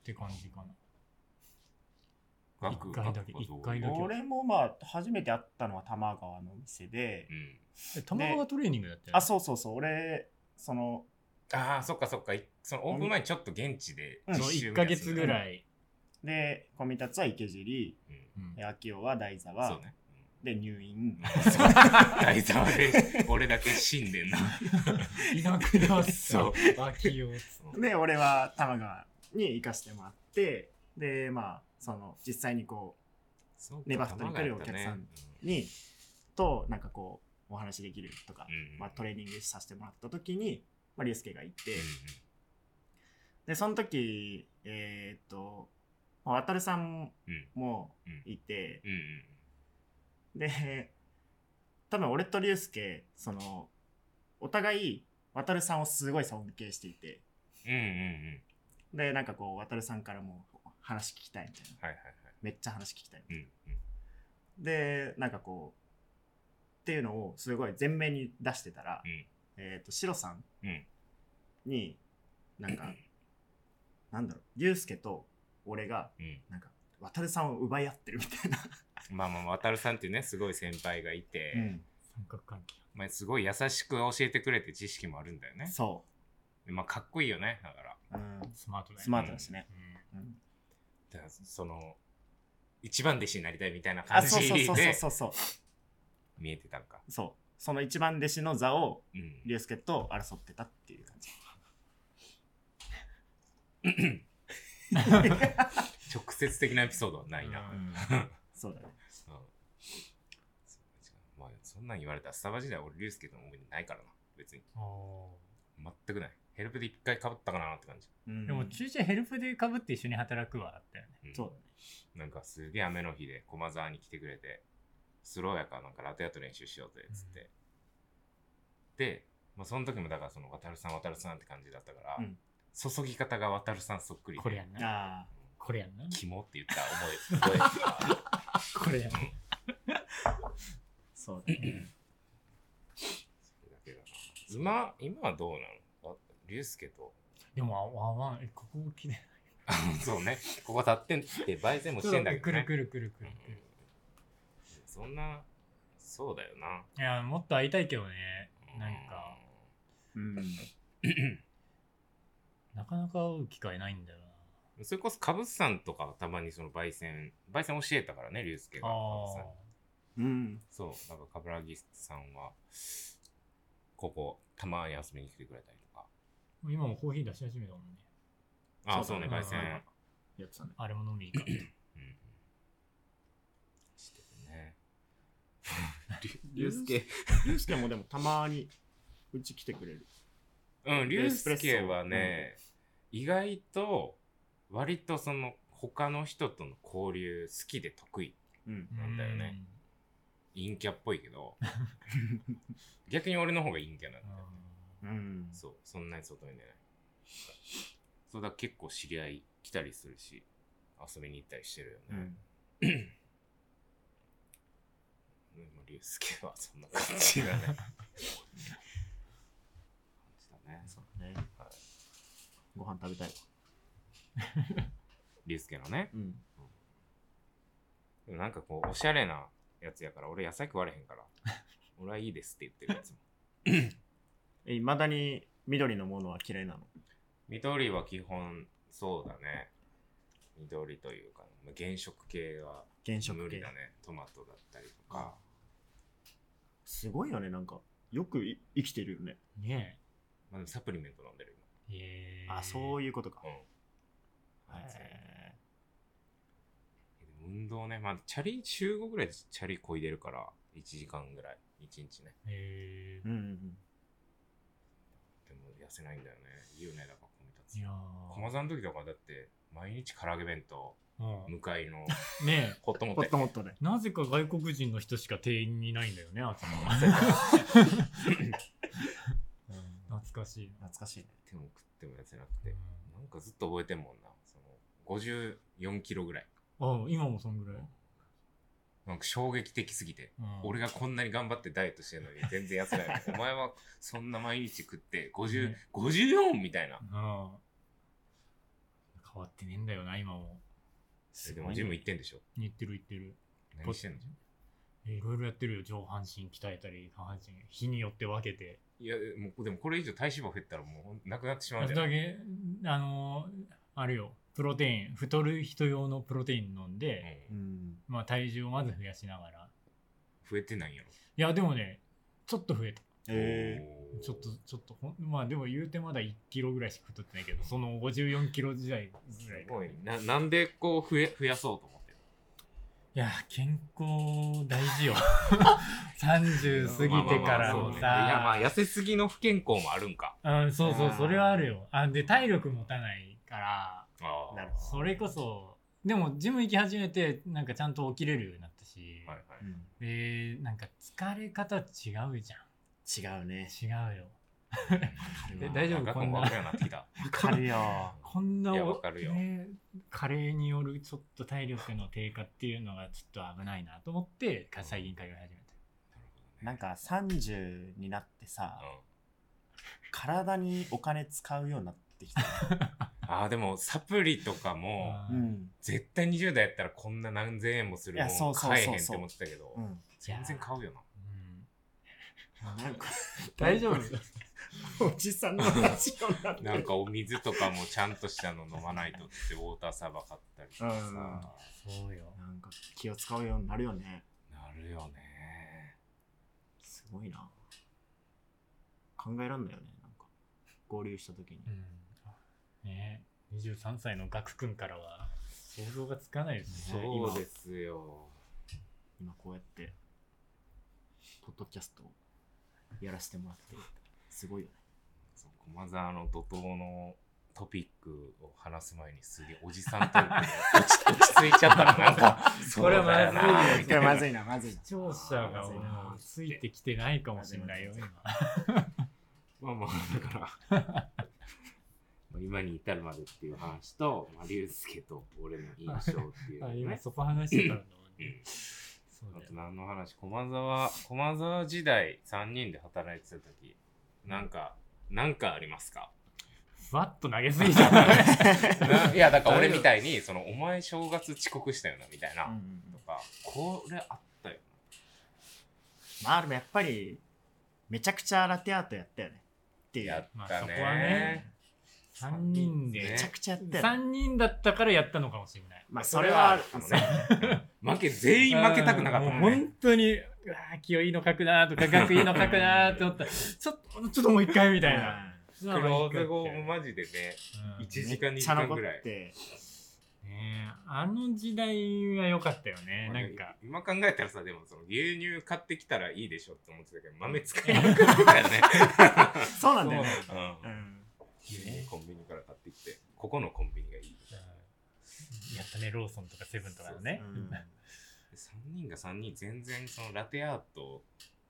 Speaker 3: って感じかな
Speaker 1: 学
Speaker 3: 一回だけ
Speaker 1: 学校
Speaker 3: 一回だけ
Speaker 2: 俺もまあ初めて会ったのは多摩川のお店で、
Speaker 1: うん。
Speaker 3: え玉川トレーニングだったよね
Speaker 2: あそうそうそう俺その
Speaker 1: ああ、そっかそっか。いそのオープン前にちょっと現地で
Speaker 2: うん
Speaker 3: そう1か月ぐ
Speaker 1: い。
Speaker 3: らい、
Speaker 2: でコミタツは池尻
Speaker 1: うん
Speaker 3: うん
Speaker 2: で秋代は台座
Speaker 1: そう
Speaker 2: は、
Speaker 1: ね。
Speaker 2: で入院
Speaker 1: うん そう 大沢で俺だけ死んでんな。
Speaker 3: いなくなった。
Speaker 1: そう
Speaker 3: 秋を。
Speaker 2: で俺は多摩川に行かしてもらってでまあその実際にこ
Speaker 1: そうか
Speaker 2: ネバフトに来るお客さん
Speaker 1: うん
Speaker 2: うにとなんかこうお話できるとか、
Speaker 1: うん
Speaker 2: まあ、トレーニングさせてもらった時に、まあ、リュウスケがいて、
Speaker 1: うん
Speaker 2: でその時えーっとまあ渡るさん
Speaker 1: うん
Speaker 2: も
Speaker 1: うん
Speaker 2: いて、
Speaker 1: うん
Speaker 2: で多分俺とリュウスケそのお互い渡るさんをすごい尊敬していて
Speaker 1: うんうんうん
Speaker 2: でなんかこう渡るさんからも話聞きたいみたいな
Speaker 1: はいはいはい
Speaker 2: めっちゃ話聞きたいみたいな
Speaker 1: うん
Speaker 2: でなんかこうっていうのをすごい前面に出してたら、
Speaker 1: うん
Speaker 2: えっ、とシロさん
Speaker 1: うん
Speaker 2: に、なんかなんだろうユウスケと俺が
Speaker 1: うんうん
Speaker 2: なんか渡るさんを奪い合ってるみたいな、
Speaker 1: まあまあ渡るさんっていうねすごい先輩がいて、
Speaker 3: 三角関係。
Speaker 1: まあ、すごい優しく教えてくれて知識もあるんだよね
Speaker 2: そ
Speaker 1: まあかっこいいよねだから
Speaker 2: う、うん、
Speaker 3: スマートだよね。
Speaker 2: スマートだしね、うん
Speaker 1: だからその一番弟子になりたいみたいな
Speaker 2: あ
Speaker 1: 感
Speaker 2: そうそう
Speaker 1: じ
Speaker 2: そうそう
Speaker 1: で
Speaker 2: そうそう
Speaker 1: 見えてたんか、
Speaker 2: そうその一番弟子の座を
Speaker 1: うん
Speaker 2: リュウスケと争ってたっていう感じ
Speaker 1: 直接的なエピソードはな
Speaker 3: う
Speaker 1: い
Speaker 3: ん
Speaker 1: な、うん
Speaker 2: そうだね
Speaker 1: そうまあ、そんなん言われたらスタバ時代俺リュウスケとの思い出ないからな別に
Speaker 3: お
Speaker 1: 全くないヘルプで一回かぶったかなって感じ、
Speaker 2: うん
Speaker 3: ーでも、中止ヘルプでかぶって一緒に働くわだったよね。
Speaker 1: ん
Speaker 2: そうだね
Speaker 1: なんかすげえ雨の日で駒沢に来てくれてスローやからなんかラテアート練習しようぜっつって、で、まあ、その時もだからその渡るさん渡るさんって感じだったから、
Speaker 2: うん
Speaker 1: 注ぎ方が渡るさんそっくりで
Speaker 3: これやんな。
Speaker 2: あ
Speaker 3: これやんな。
Speaker 1: キモって言った覚え覚えてる
Speaker 3: これやんな。
Speaker 2: あそうだね
Speaker 1: だけどな今今はどうなのあ竜介と
Speaker 3: でも、あわわん、えここ来てない。
Speaker 1: そうねここ立ってんって焙煎もしてんだけど
Speaker 3: くる
Speaker 1: ね
Speaker 3: くるくるく
Speaker 1: うん
Speaker 3: るくる。
Speaker 1: そんなそうだよない
Speaker 3: や、もっと会いたいけどね。なんか、
Speaker 2: うん。
Speaker 3: なかなか会う機会ないんだよ
Speaker 1: それこそ、かぶさんとかはたまにその焙煎、焙煎教えたからね、龍介
Speaker 3: な。
Speaker 1: が。
Speaker 3: あ
Speaker 1: かぶさんに
Speaker 2: うん。
Speaker 1: そう、なんか、かぶらぎさんは、ここ、たまに遊びに来てくれたりとか。
Speaker 3: あ。今もコーヒー出し始めたもんね。
Speaker 1: あ、
Speaker 2: そ
Speaker 1: そうう
Speaker 2: だ
Speaker 1: ね、
Speaker 2: ね
Speaker 1: 焙煎。
Speaker 2: やってたね。
Speaker 3: あれも飲みに行かない
Speaker 1: うん。してる ね。
Speaker 2: ゆうすけ。ゆうすけもでもたまにうち来てくれる。
Speaker 1: うん、
Speaker 2: で
Speaker 1: リュウ
Speaker 2: エスプレ
Speaker 1: ス
Speaker 2: ッソ
Speaker 1: ケはね、意外と、割とその、他の人との交流好きで得意。
Speaker 2: うん。
Speaker 1: なんだよね陰キャっぽいけど、逆に俺の方が陰キャなん
Speaker 3: う
Speaker 1: だ
Speaker 3: ん。
Speaker 1: よね。
Speaker 2: うん。
Speaker 1: そう、そんなに外に出ない。そうだから結構知り合い来たりするし、遊びに行ったりしてるよ
Speaker 2: う
Speaker 1: ね。
Speaker 2: ん。
Speaker 1: でも龍介は そんな感じだね。感じだね。
Speaker 2: そうだね。ご飯食べたいわ。
Speaker 1: 龍介のね。
Speaker 2: うん。
Speaker 1: でもなんかこう、おしゃれなやつやから、俺野菜食われへん から、俺はいいですって言ってるやつも。
Speaker 2: え、いまだに緑のものは嫌いなの。
Speaker 1: 緑は基本、そうだね。緑というか、原色系は
Speaker 2: 原色系。
Speaker 1: 無理だね。トマトだったりとか。
Speaker 2: すごいよね、なんか。よくい生きてるよね。
Speaker 3: ね
Speaker 1: まあ、でもサプリメント飲んでる
Speaker 3: え。へえ
Speaker 2: あ、そう
Speaker 3: いう。
Speaker 2: いうことか。
Speaker 1: 今。うん。あいつ
Speaker 2: へ
Speaker 1: 運動ね、まあ、チャリ、週5ぐらいでチャリこいでるから、1時間ぐらい、1日ね。
Speaker 3: へ
Speaker 2: ーうんうん
Speaker 1: でも痩せないんだよね。いいよね、だから、この
Speaker 3: え。い
Speaker 1: 立
Speaker 3: や
Speaker 1: つ。
Speaker 3: ー
Speaker 1: 駒沢の時とかだって、毎日唐揚げ弁当、
Speaker 3: う
Speaker 1: 向かい の
Speaker 3: ん。ねえ。
Speaker 1: ホット
Speaker 2: う
Speaker 1: モ
Speaker 2: ん。ホ
Speaker 1: ッ
Speaker 2: ッ
Speaker 1: ト
Speaker 2: トモットで。
Speaker 3: なぜか外国人の人しか店員にないんだよね、あっちも。 懐かしいな。
Speaker 2: 懐かしいね。
Speaker 1: でも食っても痩せなくて。なんかずっと覚えてんもんな。その、54キロぐらい。
Speaker 3: うん、今もそんぐらい。
Speaker 1: なんか衝撃的すぎて。
Speaker 3: うん
Speaker 1: 俺がこんなに頑張ってダイエットしてるのに全然痩せ ない。お前はそんな毎日食って50
Speaker 3: ね、
Speaker 1: 54みたいな
Speaker 3: う。ん。変わってねえんだよな、今も。
Speaker 1: えでもジム行ってんでしょ
Speaker 3: 言ってる言ってる。
Speaker 1: 何してんの
Speaker 3: えいろいろやってるよ。上半身鍛えたり、下半身。日によって分けて。
Speaker 1: いや、もう、でもこれ以上体脂肪減ったらもうなくなってしまうんじゃな
Speaker 3: だ
Speaker 1: い
Speaker 3: け、あのーあれよ。プロテイン、太る人用のプロテイン飲んで、
Speaker 1: う
Speaker 2: うんん。
Speaker 3: まあ体重をまず増やしながら。
Speaker 1: 増えてないんやろ。
Speaker 3: いや、でもね、ちょっと増えた。
Speaker 2: え
Speaker 1: おー
Speaker 3: ちょっと、ちょっとほん、まあでも言うてまだ1キロぐらいしか太ってないけど、その54キロ時代ぐ
Speaker 1: す
Speaker 3: らい。
Speaker 1: ごい。な、なんでこう増え、増やそうと思ってる
Speaker 3: いや、健康大 事よ。30過ぎてか
Speaker 1: まあまあまあ
Speaker 3: ら
Speaker 1: そう
Speaker 3: の
Speaker 1: ねいや、まあ
Speaker 3: さ。
Speaker 1: 痩せすぎの不健康もあるんか。
Speaker 3: うん、そうそう
Speaker 2: あ、ー
Speaker 3: それはあるよ。あ、で、体力持たないから、
Speaker 1: ああ。
Speaker 2: なるほ
Speaker 3: それこそ、でも、ジム行き始めて、なんかちゃんと起きれるようになったし、
Speaker 1: はいはい。
Speaker 2: ど。うん
Speaker 3: で、なんか疲れ方違うじ
Speaker 2: 違うね。
Speaker 3: ゃん。違うよ。
Speaker 2: え
Speaker 3: 大丈夫
Speaker 1: か
Speaker 3: こんな
Speaker 1: わかるようになって きた。
Speaker 2: わかるよ。
Speaker 3: こんない
Speaker 1: や
Speaker 3: お
Speaker 1: わかるよ
Speaker 3: ね、加齢によるちょっと体力の低下っていうのがちょっと危ないなと思って、か最近通い始めた。
Speaker 2: なんか30になってさ、
Speaker 1: うん
Speaker 2: 体にお金使うようになってきたね。
Speaker 1: ああ、でもサプリとかも、
Speaker 3: あ
Speaker 2: う
Speaker 3: ー
Speaker 2: ん。
Speaker 1: 絶対20代やったらこんな何千円もする
Speaker 2: いや
Speaker 1: も
Speaker 2: そ
Speaker 1: ん
Speaker 2: うそうそう
Speaker 1: 買え
Speaker 2: そう
Speaker 1: へんって思ってたけど
Speaker 2: う、ん。
Speaker 1: 全然買うよな。
Speaker 3: うん
Speaker 2: なんか、
Speaker 3: 大丈夫
Speaker 2: おじさんの話を なって
Speaker 1: なん
Speaker 2: る。
Speaker 1: かお水とかもちゃんとしたの飲まないとってウォーターサーバー買ったりとか
Speaker 2: うん
Speaker 1: さ、
Speaker 3: そうよ。
Speaker 2: なんか気を使うようになるよね。
Speaker 1: なるよね。
Speaker 2: すごいな。考えらんないよね。なんか、合流した時に。
Speaker 3: うん。ね23歳のガク君からは想像がつかないですね。
Speaker 1: そうですよ。
Speaker 2: 今こうやって、ポッドキャストをやらせてもらって、すごいよね。
Speaker 1: そう駒沢の怒涛のトピックを話す前にすげえおじさんトーク で落ち落ち着いちゃったらなんか、
Speaker 3: これはまずいね
Speaker 1: そうだよなみたいな
Speaker 2: な、まずいな
Speaker 3: 今視聴者がもうついてきてないかもしれないよ、今。
Speaker 1: まあまあ、だから、 まあ今に至るまでっていう話と、まあ、龍介と俺の印象っていう
Speaker 3: あ
Speaker 1: の
Speaker 3: 今
Speaker 1: ね。
Speaker 3: そこ話してたんだもんね。そう
Speaker 1: あ
Speaker 3: だよ
Speaker 1: と。何の話駒沢、駒沢時代3人で働いてた時、なんか、なんかありますか
Speaker 3: ふわっと投げすぎちゃったね。
Speaker 1: ないや、だから俺みたいに、その、お前正月遅刻したよな、みたいな。とか、これあったよ
Speaker 2: まあでもやっぱりめちゃくちゃラテアートやったよねっていう
Speaker 1: やっ
Speaker 3: まあ
Speaker 1: た
Speaker 3: そこはね
Speaker 1: ね。
Speaker 3: 3人
Speaker 1: ね
Speaker 2: め
Speaker 3: で
Speaker 2: ちゃくちゃやってる、
Speaker 3: 3人だったからやったのかもしれない
Speaker 2: まあそれはある
Speaker 1: それはあるかもね。うん負け、全員負けたくなかった
Speaker 3: も
Speaker 1: も
Speaker 3: うん
Speaker 1: ね。
Speaker 3: 本当に、うわー、清いの書くなーとか、学いの書くなーって思ったら、ちょっと、ちょっともう一回みたいな。
Speaker 1: クローズ後もマジでね、
Speaker 3: うん
Speaker 1: 1時間、2
Speaker 2: めっ
Speaker 1: 時
Speaker 2: ちゃ
Speaker 1: 間
Speaker 2: 残
Speaker 1: ぐら
Speaker 2: っ
Speaker 1: い。
Speaker 2: て
Speaker 3: ねえあの時代は良かったよね、なんか。
Speaker 1: 今考えたらさ、でもその牛乳買ってきたらいいでしょって思ってたけど、豆使えなくなったからね。
Speaker 2: そうなんだよね
Speaker 1: う
Speaker 2: うんん
Speaker 1: 牛乳 コンビニから買ってきて、ここのコンビニがいい。
Speaker 3: うんやったね、ローソンとかセブンとかのね
Speaker 2: う。ん
Speaker 1: 3人が3人、全然そのラテアート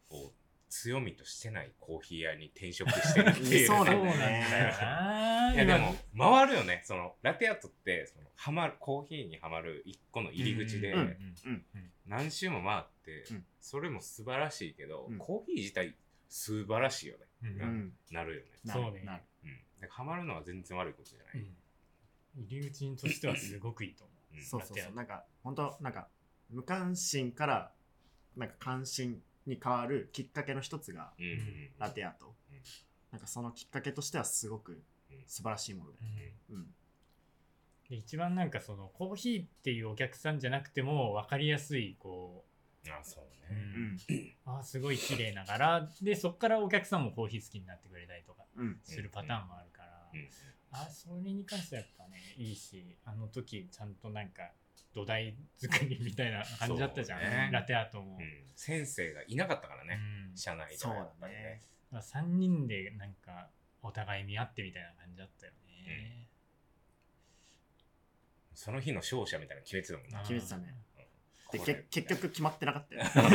Speaker 1: を強みとしてないコーヒー屋に転職してるって いう。
Speaker 2: そう
Speaker 3: そ
Speaker 2: な
Speaker 3: うんなん
Speaker 2: だよね
Speaker 3: だよなー。
Speaker 1: いやで
Speaker 3: 今
Speaker 1: も回るよねそのラテアートってそのハマるコーヒーにはまる一個の入り口で、
Speaker 3: うん
Speaker 2: うん
Speaker 1: 何周も回って、
Speaker 2: うん
Speaker 1: それも素晴らしいけど、
Speaker 2: うん
Speaker 1: コーヒー自体素晴らしいよね
Speaker 3: うん
Speaker 2: う
Speaker 3: うん
Speaker 2: ん
Speaker 1: なるよね、
Speaker 2: なる
Speaker 3: そうね
Speaker 2: なる
Speaker 1: うん、だからハマるのは全然悪いことじゃない、
Speaker 3: うん入り口としてはすごくいいと思
Speaker 1: うん
Speaker 2: そうそう
Speaker 3: ラテア
Speaker 2: そう
Speaker 3: ート
Speaker 2: なんか本当なんか無関心からなんか関心に変わるきっかけの一つが
Speaker 1: うんうんうん
Speaker 2: ラテアート、
Speaker 1: うん
Speaker 2: なんかそのきっかけとしてはすごく
Speaker 1: うん
Speaker 2: 素晴らしいもので
Speaker 3: う。うん
Speaker 2: うん
Speaker 3: で一番なんかそのコーヒーっていうお客さんじゃなくても分かりやすいこ
Speaker 1: あそう
Speaker 3: う、
Speaker 1: ね、
Speaker 3: あーすごい綺麗な柄でそこからお客さんもコーヒー好きになってくれたりとか
Speaker 2: うんうん
Speaker 3: するパターンもあるから、
Speaker 1: うん
Speaker 3: あーそれに関してはやっぱねいいしあの時ちゃんとなんか土台作りみたいな感じだったじゃん、
Speaker 1: そうね
Speaker 3: ラテアートも、
Speaker 1: うん先生がいなかったからね、
Speaker 3: うん
Speaker 1: 社内で
Speaker 2: そう
Speaker 1: は
Speaker 2: だ
Speaker 1: やっぱり
Speaker 2: ね
Speaker 1: ね。
Speaker 3: だから3人でなんかお互い見合ってみたいな感じだったよね、
Speaker 1: その日の勝者みたいなの決めてたもんな
Speaker 3: あー
Speaker 2: 決めてたねで
Speaker 1: これ
Speaker 2: け結局決まってなかったよ。
Speaker 1: そう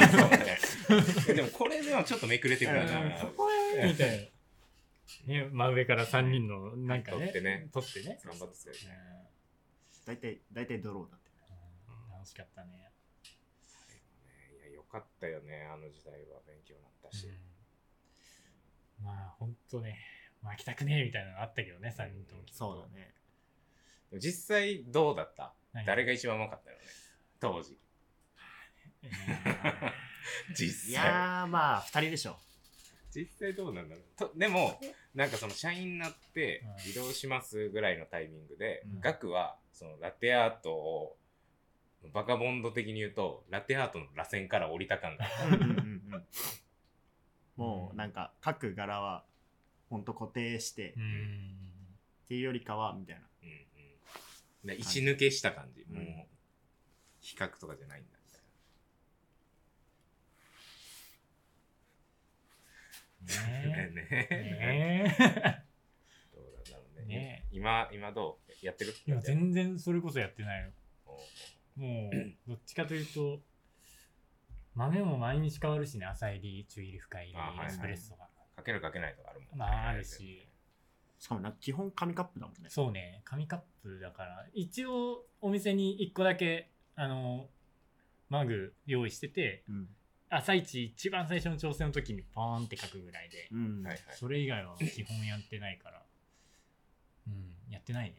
Speaker 1: ね でもこれではちょっとめくれてくるな、
Speaker 3: うんそこへみたいな、ね、真上から3人のなんかね
Speaker 1: 取ってね
Speaker 3: 取ってね
Speaker 1: 頑張ってたよね
Speaker 3: うん
Speaker 2: 大体大体ドローだって。
Speaker 3: うん楽しかったね。
Speaker 1: ねいや、よかったよね、あの時代は勉強になったし。
Speaker 3: まあ、ほんとね、負けたくねえみたいなのあったけどね、3人ともきっと。
Speaker 2: だね。
Speaker 1: 実際どうだった
Speaker 3: 何
Speaker 1: 誰が一番うまかったよね当時。
Speaker 3: えー
Speaker 2: い
Speaker 1: 実際。
Speaker 2: やーまあ二人でしょ。
Speaker 1: 実際どうなんだろう。とでも、なんかその社員になって
Speaker 3: うん
Speaker 1: 移動しますぐらいのタイミングで
Speaker 3: うん、
Speaker 1: ガクはそのラテアートをバカボンド的に言うと、ラテアートの螺旋から降りた 感が。
Speaker 2: うんうんうんうんもうなんか各柄はほんと固定して
Speaker 3: う
Speaker 2: っ
Speaker 3: ん。
Speaker 2: ていうよりかはみたいな。
Speaker 1: うんうん。で石抜けした感じ。
Speaker 2: うん
Speaker 1: もう、比較とかじゃないんだみたいな。
Speaker 3: ね
Speaker 1: ね
Speaker 3: え。
Speaker 1: え。
Speaker 3: ねえ。
Speaker 1: どうなんだろうね。
Speaker 3: ね
Speaker 1: 今、今どうやってる
Speaker 3: いや、全然それこそやってないよ。
Speaker 1: お
Speaker 3: も う、どっちかというと、豆も毎日変わるしね、浅入り、中入り、深入
Speaker 1: あはい
Speaker 3: り、
Speaker 1: はい
Speaker 3: エスプレッソが。
Speaker 1: かけるかけないとかあるもんね。
Speaker 3: まあ、あるし。
Speaker 2: しかもなんか基本紙カップだもんね。
Speaker 3: そうね、紙カップだから、一応お店に1個だけ、あの、マグ用意してて、
Speaker 2: うん。
Speaker 3: 朝一一番最初の挑戦の時にポーンって書くぐらいで、
Speaker 2: うん。
Speaker 1: はいはい。
Speaker 3: それ以外は基本やってないから、うん、やってないね。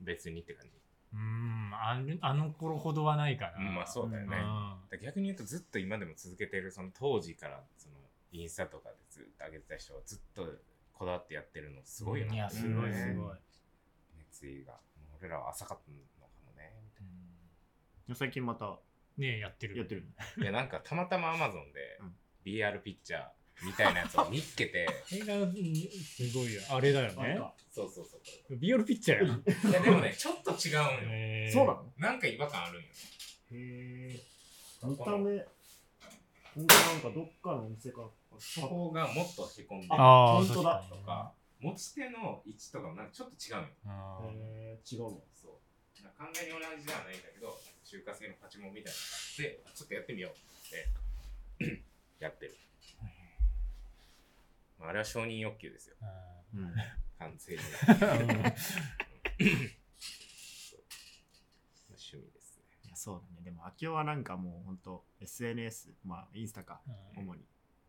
Speaker 1: 別にって感じ。
Speaker 3: うん、あれあの頃ほどはないかな。
Speaker 1: うんまあそうだよね
Speaker 3: うん
Speaker 1: だから逆に言うとずっと今でも続けてる、その当時から、そのインスタとかでずっと上げてた人はずっとこだわってやってるのすごいよ
Speaker 3: い
Speaker 1: な
Speaker 3: や、
Speaker 1: って
Speaker 3: す
Speaker 1: う
Speaker 3: ごい
Speaker 1: ね
Speaker 3: すごい。
Speaker 1: 熱意が。もう俺らは浅かったのかもね。
Speaker 2: 最近また
Speaker 3: ねえやってる。
Speaker 2: やってる。
Speaker 1: いや、なんかたまたまアマゾンで
Speaker 2: うん
Speaker 1: BR ピッチャーみたいなやつを見つけて、
Speaker 3: これがうんすごいよ。あれだよね。
Speaker 1: そうそうそうこ
Speaker 3: ビオルピッチャーや。
Speaker 1: れ。いや、でもね、ちょっと違うんよ。
Speaker 3: へえ
Speaker 2: そうなの
Speaker 1: なんか違和感あるんよ。
Speaker 2: へえ。見
Speaker 1: 見
Speaker 2: た
Speaker 1: た
Speaker 2: 目、なんかどっかのお店か。
Speaker 1: そこがもっとへこんでる
Speaker 3: ああ、
Speaker 2: 本当だ
Speaker 3: 確
Speaker 1: と
Speaker 3: にね
Speaker 1: か、持ち手の位置とかもなんかちょっと違うのよ。
Speaker 3: あー
Speaker 2: へえ、違うの。
Speaker 1: そう。なんか完全に同じではないんだけど、中華製のパチモンみたいなのがあって。で、ちょっとやってみようって言って やってる。まあ、あれは承認欲求ですよ、
Speaker 2: うん。
Speaker 1: 完 全に。
Speaker 3: うんうん
Speaker 1: 趣味ですね。
Speaker 2: いやそうだねでも秋夫はなんかもうほんと SNS まあインスタか
Speaker 3: うん
Speaker 2: 主に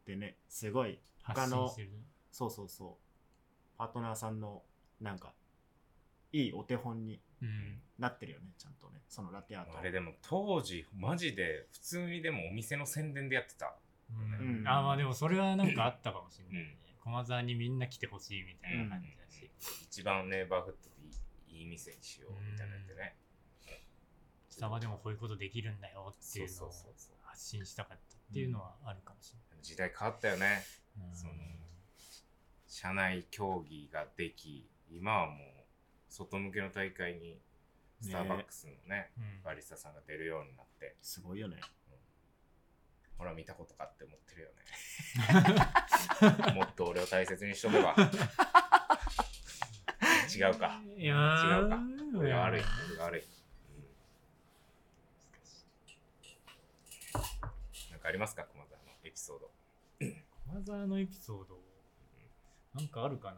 Speaker 2: でねすごい
Speaker 3: 発信してる
Speaker 2: そうそうそうパートナーさんのなんかいいお手本に
Speaker 3: うん
Speaker 2: なってるよねちゃんとねそのラテアート
Speaker 1: あれでも当時、マジで普通にでもお店の宣伝でやってた。
Speaker 3: うん
Speaker 2: うん
Speaker 3: あーまあでもそれはなんかあったかもしれないね、駒沢にみんな来てほしいみたいな感じだし、
Speaker 1: 一番ネイバーフットっていいいい店にしようみたいなってね。
Speaker 3: スタバでもこういうことできるんだよっていうの
Speaker 1: そう
Speaker 3: を
Speaker 1: そうそう
Speaker 3: 発信したかったっていうのはあるかもし
Speaker 1: 時代変わったよね。
Speaker 3: れない、
Speaker 1: うん
Speaker 3: うん
Speaker 1: その社内競技ができ、今はもう外向けの大会にスターバックスのね、
Speaker 3: うん
Speaker 1: バリスタさんが出るようになって、
Speaker 2: すごいよね。
Speaker 1: ほら見たことかって思ってるよ ね。もっと俺を大切にしとけば。違うか。
Speaker 3: いやー
Speaker 1: 違うか。俺が悪い。俺が悪い。なんかありますか、駒沢のエピソード。
Speaker 3: 駒沢のエピソードなんかあるかな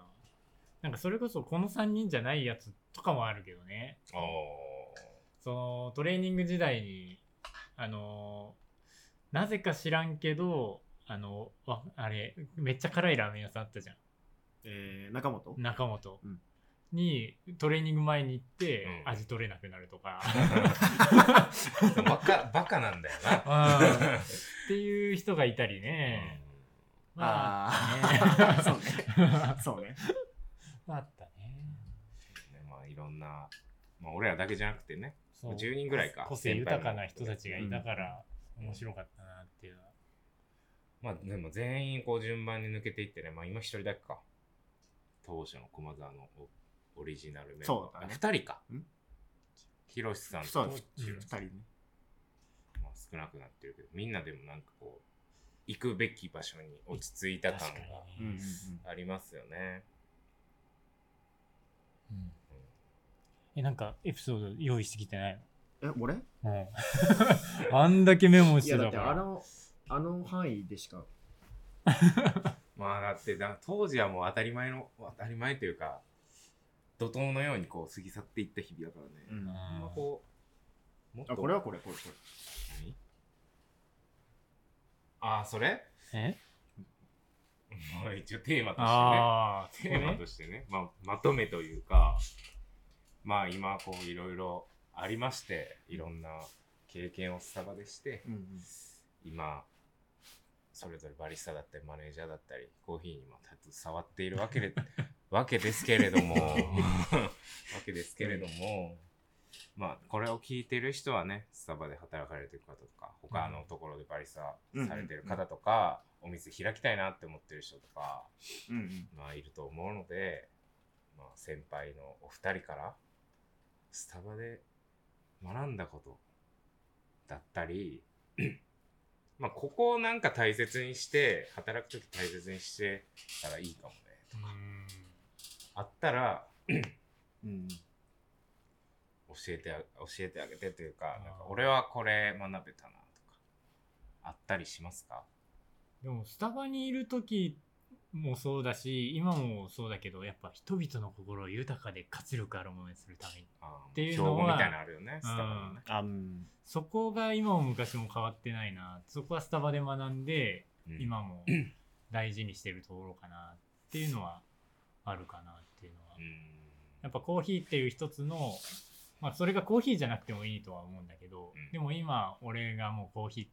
Speaker 3: なんかそれこそこの3人じゃないやつとかもあるけどね
Speaker 1: お
Speaker 3: そのトレーニング時代にあのーなぜか知らんけどあのわあれめっちゃ辛いラーメン屋さんあったじゃ
Speaker 2: えー、中本
Speaker 3: ん中本、
Speaker 2: うん
Speaker 3: にトレーニング前に行って、
Speaker 1: うん
Speaker 3: 味取れなくなると か
Speaker 1: ーバカ、バカなんだよな。
Speaker 3: うんっていう人がいたりね、まあ
Speaker 2: あー そう ね。そうね。
Speaker 3: あったね
Speaker 1: ねまあいろんな、まあ俺らだけじゃなくてね、
Speaker 3: そう
Speaker 1: 10人ぐらいか
Speaker 3: 個性豊かな人たちがいたから、面白かったなっていうのは
Speaker 1: まあでも全員こう順番に抜けていってね、まあ今一人だけか。当初の駒沢のオオリジナルメンバー。
Speaker 2: そうだね
Speaker 1: あ二人か
Speaker 2: ん。
Speaker 1: ひろしさん
Speaker 2: そ
Speaker 1: と、
Speaker 2: う
Speaker 1: ま
Speaker 2: だね、2人ね。
Speaker 1: あ、少なくなってるけど、みんなでもなんかこう、行くべき場所に落ち着いた感
Speaker 3: 確かにね
Speaker 1: が
Speaker 2: うんうんうん。
Speaker 1: ありますよね。
Speaker 3: うんえなんかエピソード用意してきてない
Speaker 2: え、俺
Speaker 3: の、うん、あんだけメモし
Speaker 2: い
Speaker 3: て
Speaker 2: や、だ
Speaker 3: た
Speaker 2: っ
Speaker 3: か
Speaker 2: て
Speaker 3: ら
Speaker 2: あの、あの範囲でしか。
Speaker 1: まあだってだ当時はもう当たり前の、当たり前というか、怒涛のようにこう過ぎ去っていった日々だからね。
Speaker 2: ん
Speaker 1: あんま
Speaker 3: あー
Speaker 1: こう、もっ
Speaker 2: あ、これはこれ、これ、これ。
Speaker 1: 何ああ、それ
Speaker 3: え
Speaker 1: まあ一応テーマと
Speaker 3: ああ
Speaker 1: してね。テーマとしてね。まあ、まとめというか、まあ今こういろいろありまして、いろんな経験をスタバでして、
Speaker 2: うんうん。
Speaker 1: 今、それぞれバリスタだったり、マネージャーだったり、コーヒーにも携わっているわけで、わけですけれども、わけですけれども、まあ、これを聞いてる人はね、スタバで働かれてる方とか、他のところでバリスタされてる方とか、お店開きたいなって思ってる人とか、
Speaker 2: うんうん。
Speaker 1: まあ、いると思うので、まあ、先輩のお二人から、スタバで学んだことだったり、 まあ、ここをなんか大切にして、働くとき大切にしてたらいいかもね。あったら、
Speaker 2: うん
Speaker 1: 教えてあ、教えてあげてというか
Speaker 3: あ、ー
Speaker 1: なんか俺はこれ学べたなとか、あったりしますか
Speaker 3: でもスタバにいる時もそうだし今もそうだけどやっぱ人々の心を豊かで活力あるものにするために
Speaker 1: あー
Speaker 3: ていうのは
Speaker 1: 標語みたいなのあるよね、スタバのね。
Speaker 2: あうん。
Speaker 3: そこが今も昔も変わってないなそこはスタバで学んで
Speaker 1: うん
Speaker 3: 今も大事にしてるところかなっていうのはあるかなっていうのは、
Speaker 1: うん
Speaker 3: やっぱコーヒーっていう一つの、まあ、それがコーヒーじゃなくてもいいとは思うんだけど、
Speaker 1: うん
Speaker 3: でも今俺がもうコーヒ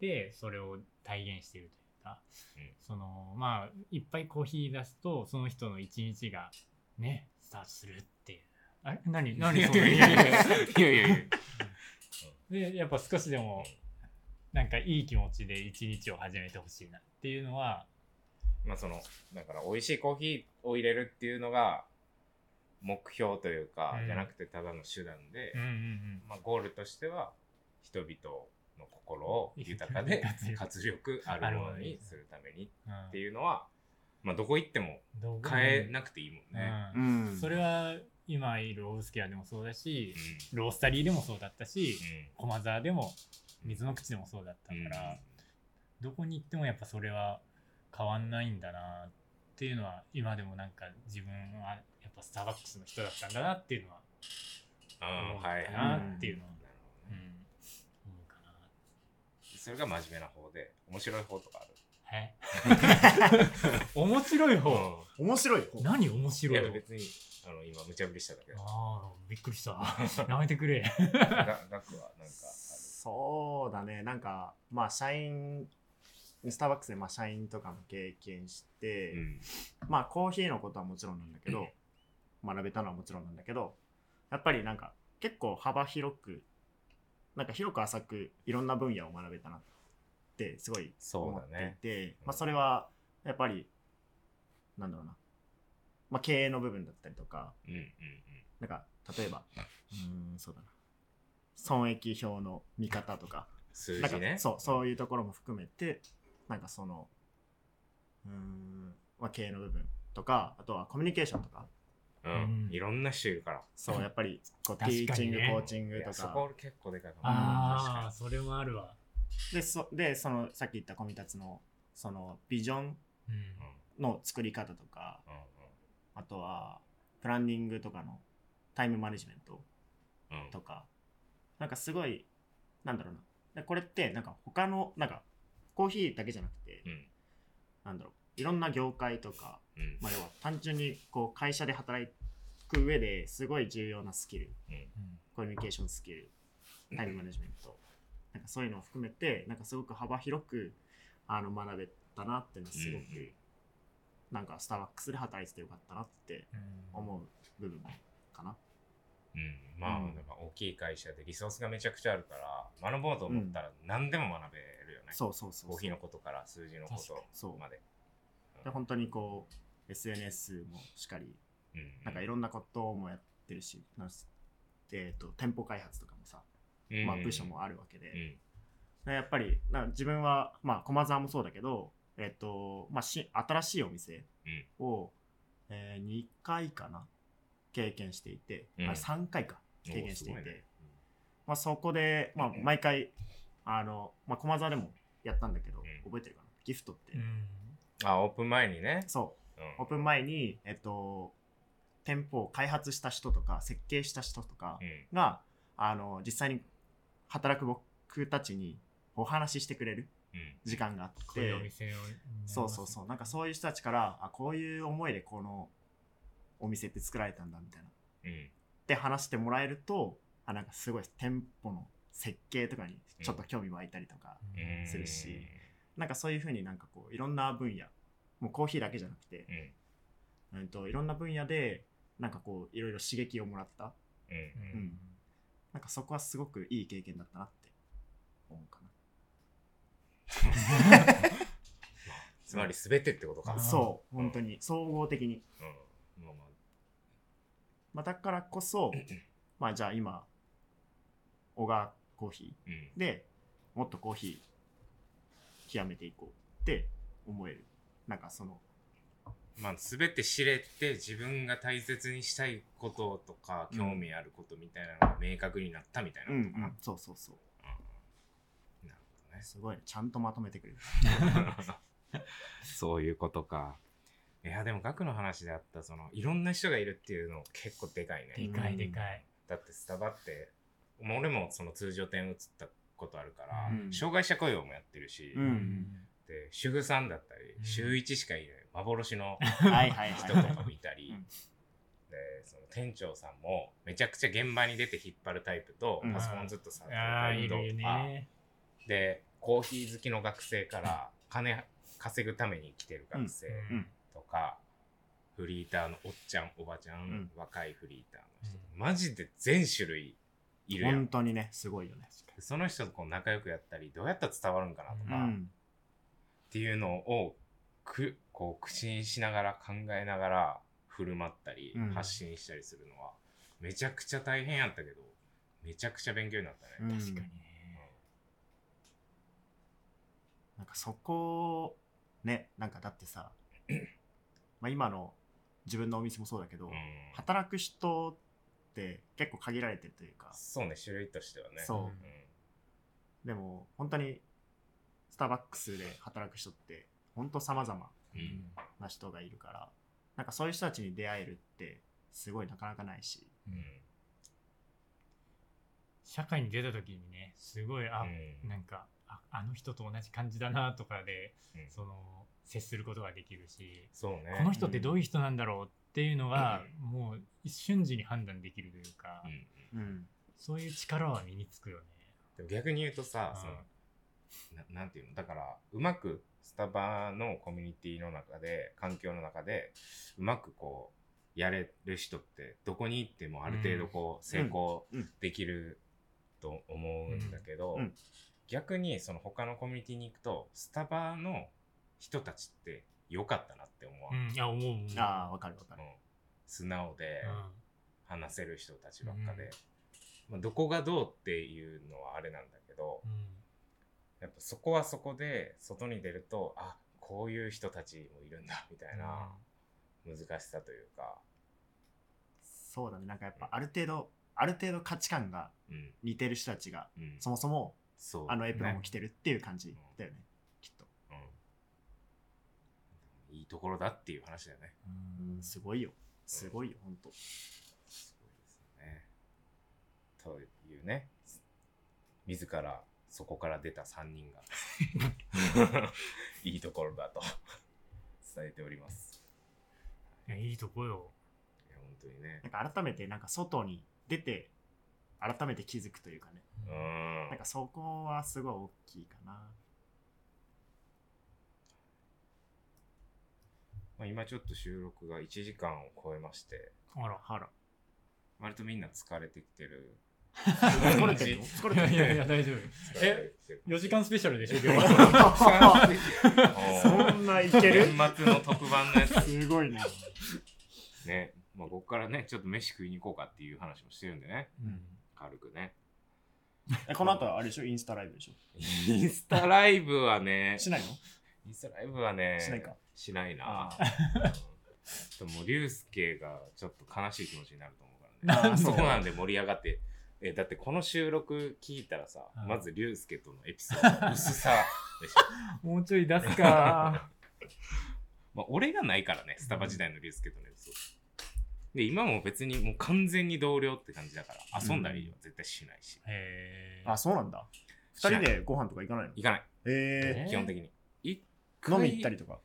Speaker 3: ーでそれを体現してるというか、
Speaker 1: うん
Speaker 3: そのまあいっぱいコーヒー出すとその人の一日がねスタートするっていうあれ 何何その
Speaker 1: いやいやいや。
Speaker 3: でやっぱ少しでもなんかいい気持ちで一日を始めてほしいなっていうのは
Speaker 1: まあその、だから美味しいコーヒーを入れるっていうのが目標というか、
Speaker 3: うん
Speaker 1: じゃなくてただの手段で、
Speaker 3: うんうんうん
Speaker 1: まあゴールとしては人々の心を豊かで活力あるものにするために
Speaker 3: うん
Speaker 1: っていうのは、まあどこ行っても
Speaker 3: 動画も
Speaker 1: 変えなくていいもんね。
Speaker 2: う
Speaker 3: うん
Speaker 2: ん。
Speaker 3: それは今いるオブスケアでもそうだし、ロースタリーでもそうだったし、駒沢でも水の口でもそうだった
Speaker 1: うん。うん。
Speaker 3: から、どこに行ってもやっぱそれは変わんないんだなっていうのは今でもなんか自分はやっぱスターバックスの人だったんだなっていうのは
Speaker 1: あ
Speaker 3: 思う
Speaker 1: あ、
Speaker 3: か
Speaker 1: はいはい。
Speaker 3: なっていうのは、
Speaker 1: なるほ
Speaker 3: う
Speaker 1: ど
Speaker 3: ん
Speaker 1: ね
Speaker 3: 思うかな。
Speaker 1: それが真面目な方で、面白い方とかある。
Speaker 3: え 面白い方
Speaker 2: 面白い方。
Speaker 3: 何面
Speaker 1: い
Speaker 3: 白
Speaker 1: や
Speaker 3: い方
Speaker 1: 別に、あの、今、無茶ぶりしただけだ。
Speaker 3: ああびっくりしたやめてくれ
Speaker 1: が額はなんかある。
Speaker 2: そうだね。なんか、まあ、社員でスターバックスでまあ社員とかも経験して、
Speaker 1: うん
Speaker 2: まあコーヒーのことはもちろんなんだけど、学べたのはもちろんなんだけど、やっぱりなんか結構幅広く、なんか広く浅くいろんな分野を学べたなってすごい
Speaker 1: そ
Speaker 2: 思
Speaker 1: う
Speaker 2: っ
Speaker 1: だ
Speaker 2: て
Speaker 1: ね
Speaker 2: い。て、
Speaker 1: うん
Speaker 2: まあそれはやっぱり、なんだろうな、まあ経営の部分だったりとか、
Speaker 1: うんうん
Speaker 2: なんか例えば、うーん、そうだな。損益表の見方とか、
Speaker 1: うん。数
Speaker 2: なん
Speaker 1: 字
Speaker 2: か
Speaker 1: ね。
Speaker 2: そうそういうところも含めてなんかそのうーん、まあ、経営の部分とかあとはコミュニケーションとか
Speaker 1: う
Speaker 3: うんん。
Speaker 1: いろんな種類から。
Speaker 2: そうやっぱりこうテ
Speaker 3: 確かに
Speaker 2: ィ
Speaker 3: ね
Speaker 2: ーチング、コーチング
Speaker 1: い
Speaker 2: と
Speaker 1: やそ
Speaker 2: か
Speaker 1: こ結構でかいかも。
Speaker 3: ああ
Speaker 1: 確か
Speaker 3: それもあるわ
Speaker 2: でそでそのさっき言ったコミタツのそのビジョン
Speaker 3: うん
Speaker 1: に
Speaker 2: の作り方とか
Speaker 1: うん
Speaker 2: あとはプランニングとかのタイムマネジメント
Speaker 1: うんうん
Speaker 2: とかなんかすごいなんだろうなでこれってなんか他のなんかコーヒーだけじゃなくて、
Speaker 1: うん
Speaker 2: なんだろういろんな業界とか
Speaker 1: うん
Speaker 2: まあ、要は単純にこう会社で働く上ですごい重要なスキル
Speaker 3: うん
Speaker 2: コミュニケーションスキルタイムマネジメントなんかそういうのを含めてなんかすごく幅広くあの学べたなっていうのはすごく、
Speaker 1: うんうん
Speaker 2: なんかスターバックスで働いててよかったなって
Speaker 3: うん
Speaker 2: 思う部分かな。
Speaker 1: うんまあ、
Speaker 2: うん
Speaker 1: なんか大きい会社でリソースがめちゃくちゃあるから学ぼうと思ったら何でも学べるよね、
Speaker 2: そうそうそうそう
Speaker 1: コーヒーのことから数字のことまで
Speaker 2: で本当にこう SNS もしっかり
Speaker 1: うん
Speaker 2: なんかいろんなこともやってるし、なんかえー、と店舗開発とかもさ、
Speaker 1: うん
Speaker 2: まあ、部署もあるわけで、
Speaker 1: うん
Speaker 2: ねやっぱりな自分は、まあ、駒沢もそうだけど、えっとまあ、し新しいお店を、え2回かな経験していて、
Speaker 1: うん
Speaker 2: あ3回か
Speaker 1: おー
Speaker 2: 経験してい
Speaker 1: すご
Speaker 2: て
Speaker 1: ね
Speaker 2: まあ、そこで、まあ、毎回あの、まあ、駒沢でもやったんだけど、
Speaker 1: うん
Speaker 2: 覚えてるかなギフトって、
Speaker 3: うん
Speaker 1: あオープン前にね、
Speaker 2: そううオープン前に、えっと、店舗を開発した人とか設計した人とか
Speaker 1: んうん
Speaker 2: が、あの実際に働く僕たちにお話ししてくれる
Speaker 1: うん
Speaker 2: 時間があっ
Speaker 3: こういうお
Speaker 2: て。
Speaker 3: 店を
Speaker 2: そうそうそうなんかそういう人たちからあこういう思いでこのお店って作られたんだみたいなっ
Speaker 1: うん
Speaker 2: て話してもらえるとあなんかすごい店舗の設計とかにちょっと興味湧いたりとか、
Speaker 3: う
Speaker 1: うんん
Speaker 2: するしなんかそういうふうになんかこういろんな分野もうコーヒーだけじゃなくて
Speaker 1: う、ん
Speaker 2: うん、といろんな分野でなんかこういろいろ刺激をもらった
Speaker 1: うん
Speaker 3: うん
Speaker 2: うんなんかそこはすごくいい経験だったなって思うかな
Speaker 1: つまり全てってことか
Speaker 3: あー
Speaker 2: そう本当に総合的に
Speaker 1: うんまあまあ
Speaker 2: まあ、だからこそ、まあじゃあ今、小川コーヒ
Speaker 1: うん
Speaker 2: ーでもっとコーヒー極めていこうって思える。なんかその、
Speaker 1: まあ、全て知れて自分が大切にしたいこととか
Speaker 2: うん
Speaker 1: 興味あることみたいなのが明確になったみたいなことかな、
Speaker 2: そうそうそう。
Speaker 1: なるほどね
Speaker 2: すごいね、ちゃんとまとめてくれる。
Speaker 1: そういうことか。いや、でも、額の話であった、その、いろんな人がいるっていうの結構でかい
Speaker 3: で
Speaker 1: ね。
Speaker 3: かいでかい
Speaker 1: だって、スタバって、もう俺もその通常店移ったことあるから、
Speaker 2: うん
Speaker 1: 障害者雇用もやってるし、
Speaker 2: うん
Speaker 1: で、主婦さんだったり
Speaker 3: う、ん
Speaker 1: 週1しかいない幻の
Speaker 2: はいはい
Speaker 1: 人とか
Speaker 2: は
Speaker 1: もいたり
Speaker 2: うん、
Speaker 1: で、その店長さんも、めちゃくちゃ現場に出て引っ張るタイプと
Speaker 2: う、ん
Speaker 1: パソコンずっと触ってる
Speaker 3: ああ
Speaker 1: タ
Speaker 3: い
Speaker 1: イプ
Speaker 3: るよ
Speaker 1: とか、
Speaker 3: ね
Speaker 1: で、コーヒー好きの学生から、金稼ぐために来てる学生、
Speaker 2: うん
Speaker 1: とか、フリーターのおっちゃん、おばちゃん、
Speaker 2: ん
Speaker 1: 若いフリーターの人、マジで全種類い
Speaker 2: い。
Speaker 1: るや
Speaker 2: 本
Speaker 1: ん。
Speaker 2: 当にね、すごいよね。
Speaker 1: その人とこう仲良くやったり、どうやったら伝わるんかなと
Speaker 2: う
Speaker 1: か、っ
Speaker 2: ん。
Speaker 1: ていうのをくこう口にしながら考えながら振る舞ったり、
Speaker 2: うん
Speaker 1: 発信したりするのは、めちゃくちゃ大変やったけど、めちゃくちゃ勉強になったね。
Speaker 2: うん
Speaker 3: 確かにね
Speaker 2: なんかそこ、ね、なんかだってさ、まあ今の自分のお店もそうだけど、
Speaker 1: うん
Speaker 2: 働く人って結構限られてるというか、
Speaker 1: そうね、種類としてはね。
Speaker 2: そう
Speaker 1: うん
Speaker 2: でも本当にスターバックスで働く人って本当様々
Speaker 1: うん
Speaker 2: な人がいるからなんかそういう人たちに出会えるってすごいなかなかないし、
Speaker 1: うん
Speaker 3: 社会に出た時にねすごいあ
Speaker 1: うん
Speaker 3: なんかああの人と同じ感じだなとかで
Speaker 1: うん
Speaker 3: その接することができるし
Speaker 1: そうね。
Speaker 3: この人ってどういう人なんだろうっていうのがもう一瞬時に判断できるというか
Speaker 1: うん
Speaker 2: うん
Speaker 3: そういう力は身につくよね
Speaker 1: でも逆に言うとさ、
Speaker 3: うん
Speaker 1: そのななんていうのだからうまくスタバのコミュニティの中で環境の中でうまくこうやれる人ってどこに行ってもある程度こう成功
Speaker 2: うん
Speaker 1: できると思うんだけど、
Speaker 2: うんうん
Speaker 1: 逆にその他のコミュニティに行くとスタバの人たちって良かったなって思う、
Speaker 3: うん、いや、思う思う。
Speaker 2: ああ、わかるわか
Speaker 1: う
Speaker 2: る。
Speaker 1: ん素直で
Speaker 3: う
Speaker 1: 話せる人たちばっかで、
Speaker 3: うん
Speaker 1: まあ、どこがどうっていうのはあれなんだけど、
Speaker 3: ん。
Speaker 1: やっぱそこはそこで外に出るとあこういう人たちもいるんだみたいな難しさというか、
Speaker 2: そうだね。なんかやっぱある程度、ある程度価値観が
Speaker 1: うん
Speaker 2: 似てる人たちが、
Speaker 1: うん、
Speaker 2: そもそも
Speaker 1: そう
Speaker 2: あのエプロンを
Speaker 1: ね
Speaker 2: 着てるっていう感じだよね。きっと。
Speaker 1: うん、いいところだっていう話だよね
Speaker 2: うん、すごいよ。すごいよ、ほんと。
Speaker 1: すごいですよねというね自らそこから出た3人が いいところだと伝えております
Speaker 3: いや、いいとこよ。
Speaker 1: いや本当にね
Speaker 2: なんか改めて、なんか外に出て、改めて気づくというかね。
Speaker 1: う
Speaker 3: うん
Speaker 1: ん
Speaker 2: なんかそこはすごい大きいか な。
Speaker 1: まあ、今ちょっと収録が1時間を超えまして
Speaker 3: あら。
Speaker 2: あら。
Speaker 1: 割とみんな疲れてきてる
Speaker 2: 疲れてるの疲れ
Speaker 3: い
Speaker 2: て
Speaker 3: や
Speaker 2: る
Speaker 3: いやいや、大丈夫。え4時間スペシャルでしょ、今日
Speaker 2: そんないける
Speaker 1: 年末の特番のやつ
Speaker 2: すごいね。
Speaker 1: ね、まあ、ここからねちょっと飯食いに行こうかっていう話もしてるんでね
Speaker 3: うん
Speaker 1: 軽くね
Speaker 2: えこの後はあれでしょインスタライブでしょ
Speaker 1: インスタライブはね
Speaker 2: しないの
Speaker 1: インスタライブはね
Speaker 2: しないか
Speaker 1: しないな
Speaker 2: あ
Speaker 1: うんでも龍介がちょっと悲しい気持ちになると思うから
Speaker 2: な
Speaker 1: ね
Speaker 2: んで
Speaker 1: そこなんで盛り上がってえだってこの収録聞いたらさ、
Speaker 3: うん
Speaker 1: まず龍介とのエピソードの薄さでしょ
Speaker 3: もうちょい出す か。
Speaker 1: まあ、俺がないからね、スタバ時代のリュウスケとのやつ。で、今も別にもう完全に同僚って感じだから、遊んだりは絶対しないし。
Speaker 3: へえ。
Speaker 2: あ、そうなんだ。
Speaker 1: し
Speaker 2: 二
Speaker 1: ない
Speaker 2: 人でご飯とか行かないの
Speaker 1: 行かない、
Speaker 2: え
Speaker 3: えー
Speaker 1: 基本的に。一
Speaker 2: ー、
Speaker 1: 回
Speaker 2: 飲み行ったりとか。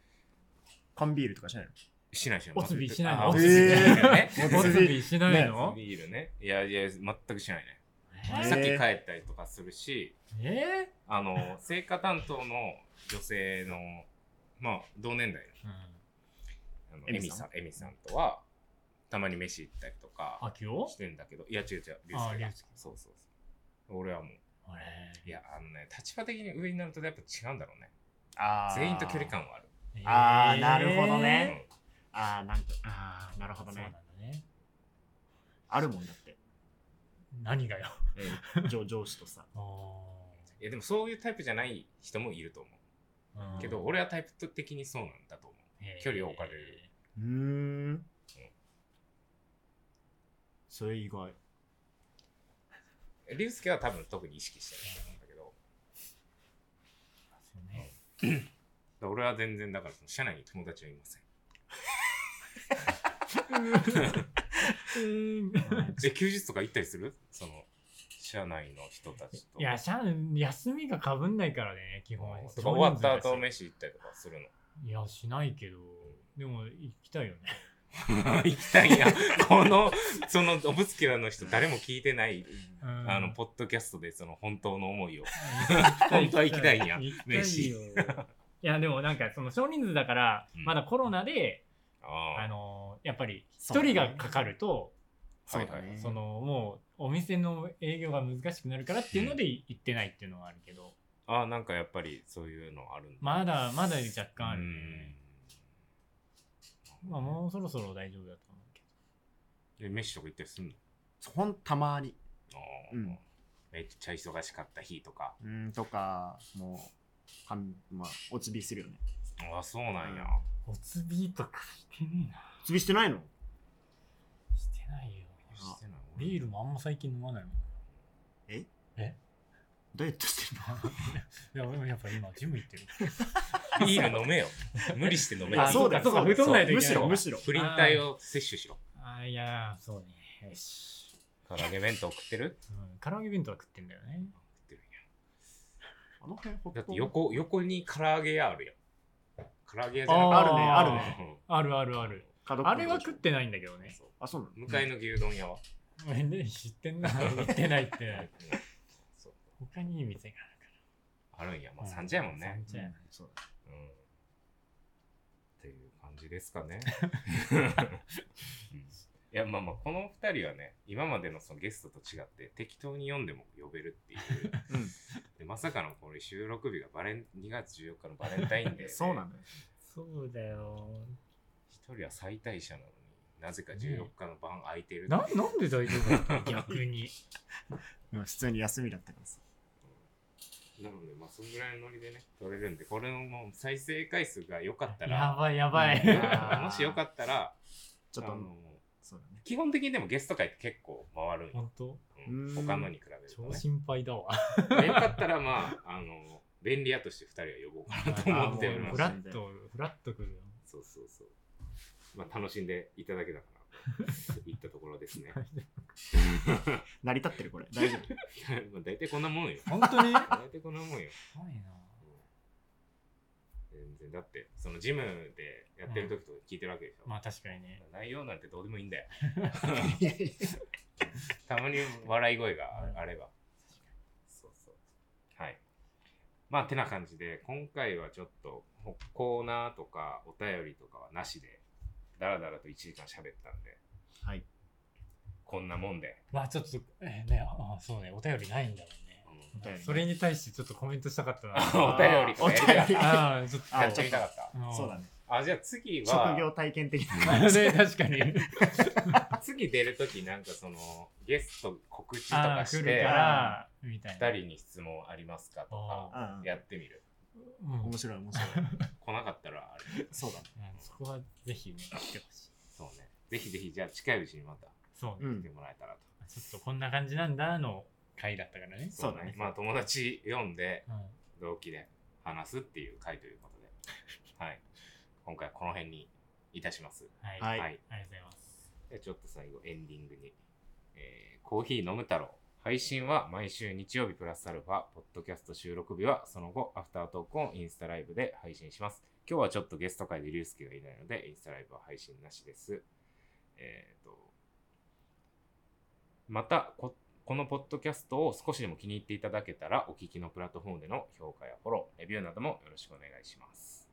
Speaker 2: 缶ビールとかしないの
Speaker 1: しないしない。
Speaker 3: おつびしないの
Speaker 1: あおつび
Speaker 2: え
Speaker 1: しない
Speaker 2: ー
Speaker 1: のね。
Speaker 2: もう
Speaker 3: ボ
Speaker 2: 別
Speaker 3: ツ
Speaker 2: に
Speaker 3: ビしないの
Speaker 1: ビールね。いやいや、全くしないね。
Speaker 2: えー
Speaker 1: さっき帰ったりとかするし、
Speaker 3: え
Speaker 1: あの、成果担当の女性の、まあ、同年代
Speaker 3: ーうん
Speaker 1: の、あのエ
Speaker 2: エミ
Speaker 1: ミ
Speaker 2: さ
Speaker 1: さん、エミさんとは、たまに飯行ったりとか
Speaker 3: あ、今
Speaker 1: し
Speaker 3: 日
Speaker 1: てんだけど、いや違う違う、リュウ
Speaker 3: あ
Speaker 1: スケ
Speaker 3: リュ
Speaker 1: が
Speaker 3: ウスケ。
Speaker 1: そうそうそう。俺はもう、
Speaker 3: あれ
Speaker 1: いや、あのね、立場的に上になるとやっぱ違うんだろうね。
Speaker 2: あー
Speaker 1: 全員と距離。感はある。
Speaker 2: あーなるほど
Speaker 1: う
Speaker 2: ね
Speaker 1: ん
Speaker 2: あー、なんか、あー、なるほど
Speaker 3: そうなん
Speaker 2: ね
Speaker 3: だ。ね。
Speaker 2: あるもん だって。
Speaker 3: 何がよ。
Speaker 1: うんい
Speaker 2: 上上司とさ。
Speaker 3: あ
Speaker 1: や、でもそういうタイプじゃない人もいると思
Speaker 3: ー
Speaker 1: う。けど、、俺はタイプ的にそうなんだと思う。
Speaker 3: へー
Speaker 1: 距離を置かれる。
Speaker 2: うーん。それ 以外。
Speaker 1: えリュウスケは多分特に意識してないと思うんだけど、だか
Speaker 3: そうね
Speaker 1: ら俺は全然だからその社内に友達はいません。で、休日とか行ったりするその、社内の人たちと。
Speaker 3: いや、しゃ休みがかぶんないからね、基
Speaker 1: うん
Speaker 3: 本。
Speaker 1: 終わった後
Speaker 3: め
Speaker 1: 飯行ったりとかする の。
Speaker 3: いや、しないけど、でも行きたいよね。
Speaker 1: 行きたいな。 この、その、オブスキュラの人誰も聞いてないあ
Speaker 3: あ
Speaker 1: の、ポッドキャストでその本当の思いを。
Speaker 3: たい
Speaker 1: 本当は行きたいんや。
Speaker 3: 行きたいよ
Speaker 1: 飯。
Speaker 3: いや、でもなんか、その少人数だから、
Speaker 1: うん
Speaker 3: まだコロナで、あ
Speaker 1: ああ。
Speaker 3: のやっぱり、
Speaker 2: そ
Speaker 3: 一
Speaker 2: うだね
Speaker 3: 人がかかると、
Speaker 2: そうだね。
Speaker 3: その、もう、お店の営業が難しくなるからっていうので行ってないっていうのはあるけど、
Speaker 1: ああ、なんかやっぱりそういうのあるんだ。
Speaker 3: まだまだ若
Speaker 1: う
Speaker 3: 干ある
Speaker 1: ん
Speaker 3: ね。まあ、もうそろそろ大丈夫だと思うけど。
Speaker 1: え、飯とか行ったりすんの
Speaker 2: ほんたまに。
Speaker 1: ああ
Speaker 2: うん
Speaker 1: めっちゃ忙しかった日とか。
Speaker 2: うん、とか、もう、はんまあ、おつびするよね。
Speaker 1: ああ、そうなんや。
Speaker 3: おつびとかしてねえな。
Speaker 2: おつびしてないの
Speaker 3: してないよ。
Speaker 1: してない
Speaker 3: ビー
Speaker 1: ル。
Speaker 3: ルもあんま最近飲まないもん。
Speaker 2: え
Speaker 3: え
Speaker 2: ダイエットしてる
Speaker 3: いや、俺もやっぱ今、ジム行ってる。
Speaker 1: ビール飲めよ。無理して飲め
Speaker 2: の
Speaker 1: よ。
Speaker 3: あそうだそうだ太んないといけな
Speaker 2: むし
Speaker 3: い
Speaker 2: ろ、むしろ。
Speaker 1: プリン体を摂取しろ。
Speaker 3: あーいやー、そうね。よし。
Speaker 1: 唐揚げ弁当食ってる
Speaker 3: うん、唐揚げ弁当は食ってんだよね。
Speaker 1: 食ってるんや
Speaker 2: あの辺ほ
Speaker 1: だって横、横に唐揚げ屋あるやん。唐揚げ屋じゃなくて
Speaker 2: あるね、あるね。
Speaker 1: ね。
Speaker 3: あるあるある。
Speaker 2: 角っこ
Speaker 3: あれは食ってないんだけど
Speaker 1: うん
Speaker 3: ね。
Speaker 1: そう
Speaker 2: あ、そうなの
Speaker 1: 向かいの牛丼屋は。
Speaker 3: ご めんね、知ってんな。行ってないって。
Speaker 1: そう
Speaker 3: 他にいい店があるか
Speaker 1: あるんや。まあ、三茶やもんね。
Speaker 3: 三茶やね
Speaker 2: そうだ
Speaker 1: うん。っていう感じです かね。うんいや、まあまあ、この二人はね、今までのそのゲストと違って、適当に読んでも呼べるって いう。
Speaker 2: うん
Speaker 1: でまさかのこれ収録日がバレン2月14日のバレンタインデーで、
Speaker 2: そうなんだよ。
Speaker 3: そうだよ。
Speaker 1: 一人は最大者なのになぜか14日の晩空いてるっていう
Speaker 3: な、なんで大丈夫だ ったの逆に。
Speaker 2: うん普通に休みだったからさ。
Speaker 1: なのでまあそんぐらいのノリでね取れるんでこれのもう再生回数が良かった
Speaker 3: や
Speaker 1: ら
Speaker 3: ばいやばい。
Speaker 1: あーもし良か
Speaker 3: っ
Speaker 1: ったら
Speaker 2: ちょっ
Speaker 1: あ
Speaker 2: と、
Speaker 1: の
Speaker 2: そうだね。
Speaker 1: 基本的にでもゲスト会って結構回るんよ、
Speaker 3: 本当
Speaker 1: うん
Speaker 2: うん
Speaker 1: 他のに比べると、
Speaker 3: 超
Speaker 1: ね、
Speaker 3: 心配だわ。
Speaker 1: まあよかったらまああの便利屋として2人は呼ぼう かなと思っており
Speaker 2: あーも
Speaker 1: ま
Speaker 2: う
Speaker 3: フ
Speaker 1: す
Speaker 3: ラッと、フラッとくるよ。
Speaker 1: そうそうそうまあ楽しんでいただけたかなといったところですね
Speaker 2: 成り立ってるこれ。大丈夫。
Speaker 1: まあ大体こんなもんよ
Speaker 3: 本当に
Speaker 1: 大体こんなもんよ全然だってそのジムでやってる時とか聞いてるわけでしょ、
Speaker 3: まあ確かに ね。
Speaker 1: 内容なんてどうでもいいんだよ
Speaker 2: いやいや
Speaker 1: たまに笑い声があればそうそうはいまあてな感じで今回はちょっとほコーナーとかお便りとかはなしでダラダラと1時間喋ったんで
Speaker 2: はい。
Speaker 1: こんなもんで、
Speaker 3: まあちょっと、えーね、ああそうね、お便りないんだもんね。
Speaker 1: うん
Speaker 2: お便りない
Speaker 3: それに対してちょっとコメントしたかったな。
Speaker 1: お便りとかやりたかっ
Speaker 3: ああ、ちょっと。
Speaker 1: たやっちゃいたかった
Speaker 3: ん
Speaker 2: そうだね。
Speaker 1: あじゃあ次は
Speaker 2: 職業体験的な。
Speaker 3: ね、確か に。
Speaker 1: 次出る時なんかそのゲスト告知と
Speaker 3: あ
Speaker 1: か
Speaker 3: あ、来
Speaker 1: し
Speaker 3: る
Speaker 1: て
Speaker 3: から、みたいな。
Speaker 1: 2人に質問ありますかとか
Speaker 2: うんうん
Speaker 1: やってみる
Speaker 3: うん
Speaker 2: 面白い面白い。
Speaker 1: 来なかったらあれ
Speaker 2: そうだ ね。
Speaker 3: うんそこはぜひね、来てほしい。
Speaker 1: そう ねぜひぜひじゃあ近いうちにまた
Speaker 3: そう
Speaker 2: う
Speaker 3: ね。
Speaker 1: 来
Speaker 2: ん
Speaker 1: て。もらえたらと、
Speaker 3: ちょっとこんな感じなんだの回だったからね。
Speaker 2: そうだね
Speaker 1: まあ友達読んで
Speaker 3: うん
Speaker 1: 同期で話すっていう回ということで はい今回はこの辺にいたします
Speaker 3: はい。
Speaker 2: はい
Speaker 3: ありがとうございます。
Speaker 1: でちょっと最後エンディングに、えーコーヒー飲む太郎配信は毎週日曜日プラスアルファ、ポッドキャスト収録日はその後、アフタートークをインスタライブで配信します。今日はちょっとゲスト会で龍介がいないので、インスタライブは配信なしです。えーと、またこ、このポッドキャストを少しでも気に入っていただけたら、お聞きのプラットフォームでの評価やフォロー、レビューなどもよろしくお願いします。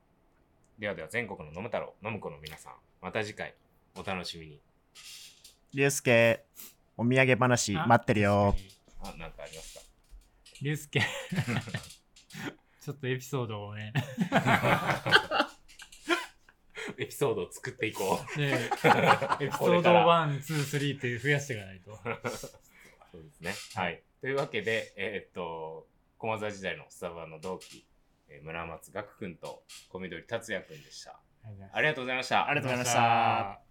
Speaker 1: ではでは全国の飲む太郎、飲む子の皆さん、また次回お楽しみに。
Speaker 2: 竜介、お土産話
Speaker 3: あ
Speaker 2: 待ってるよ。。
Speaker 1: あ、なんかありますか
Speaker 3: リュウスケ。ちょっとエピソードをね。
Speaker 1: エピソードを作っていこう。
Speaker 3: ねエピソ
Speaker 1: これ
Speaker 3: ード
Speaker 1: から
Speaker 3: 1、2、3って増やしていかないと。
Speaker 1: そうですね。はい。というわけで、えーっと、駒沢時代のスタバの同期、えー村松岳君と小緑達也君でした。ありがとうございました。
Speaker 2: ありがとうございました。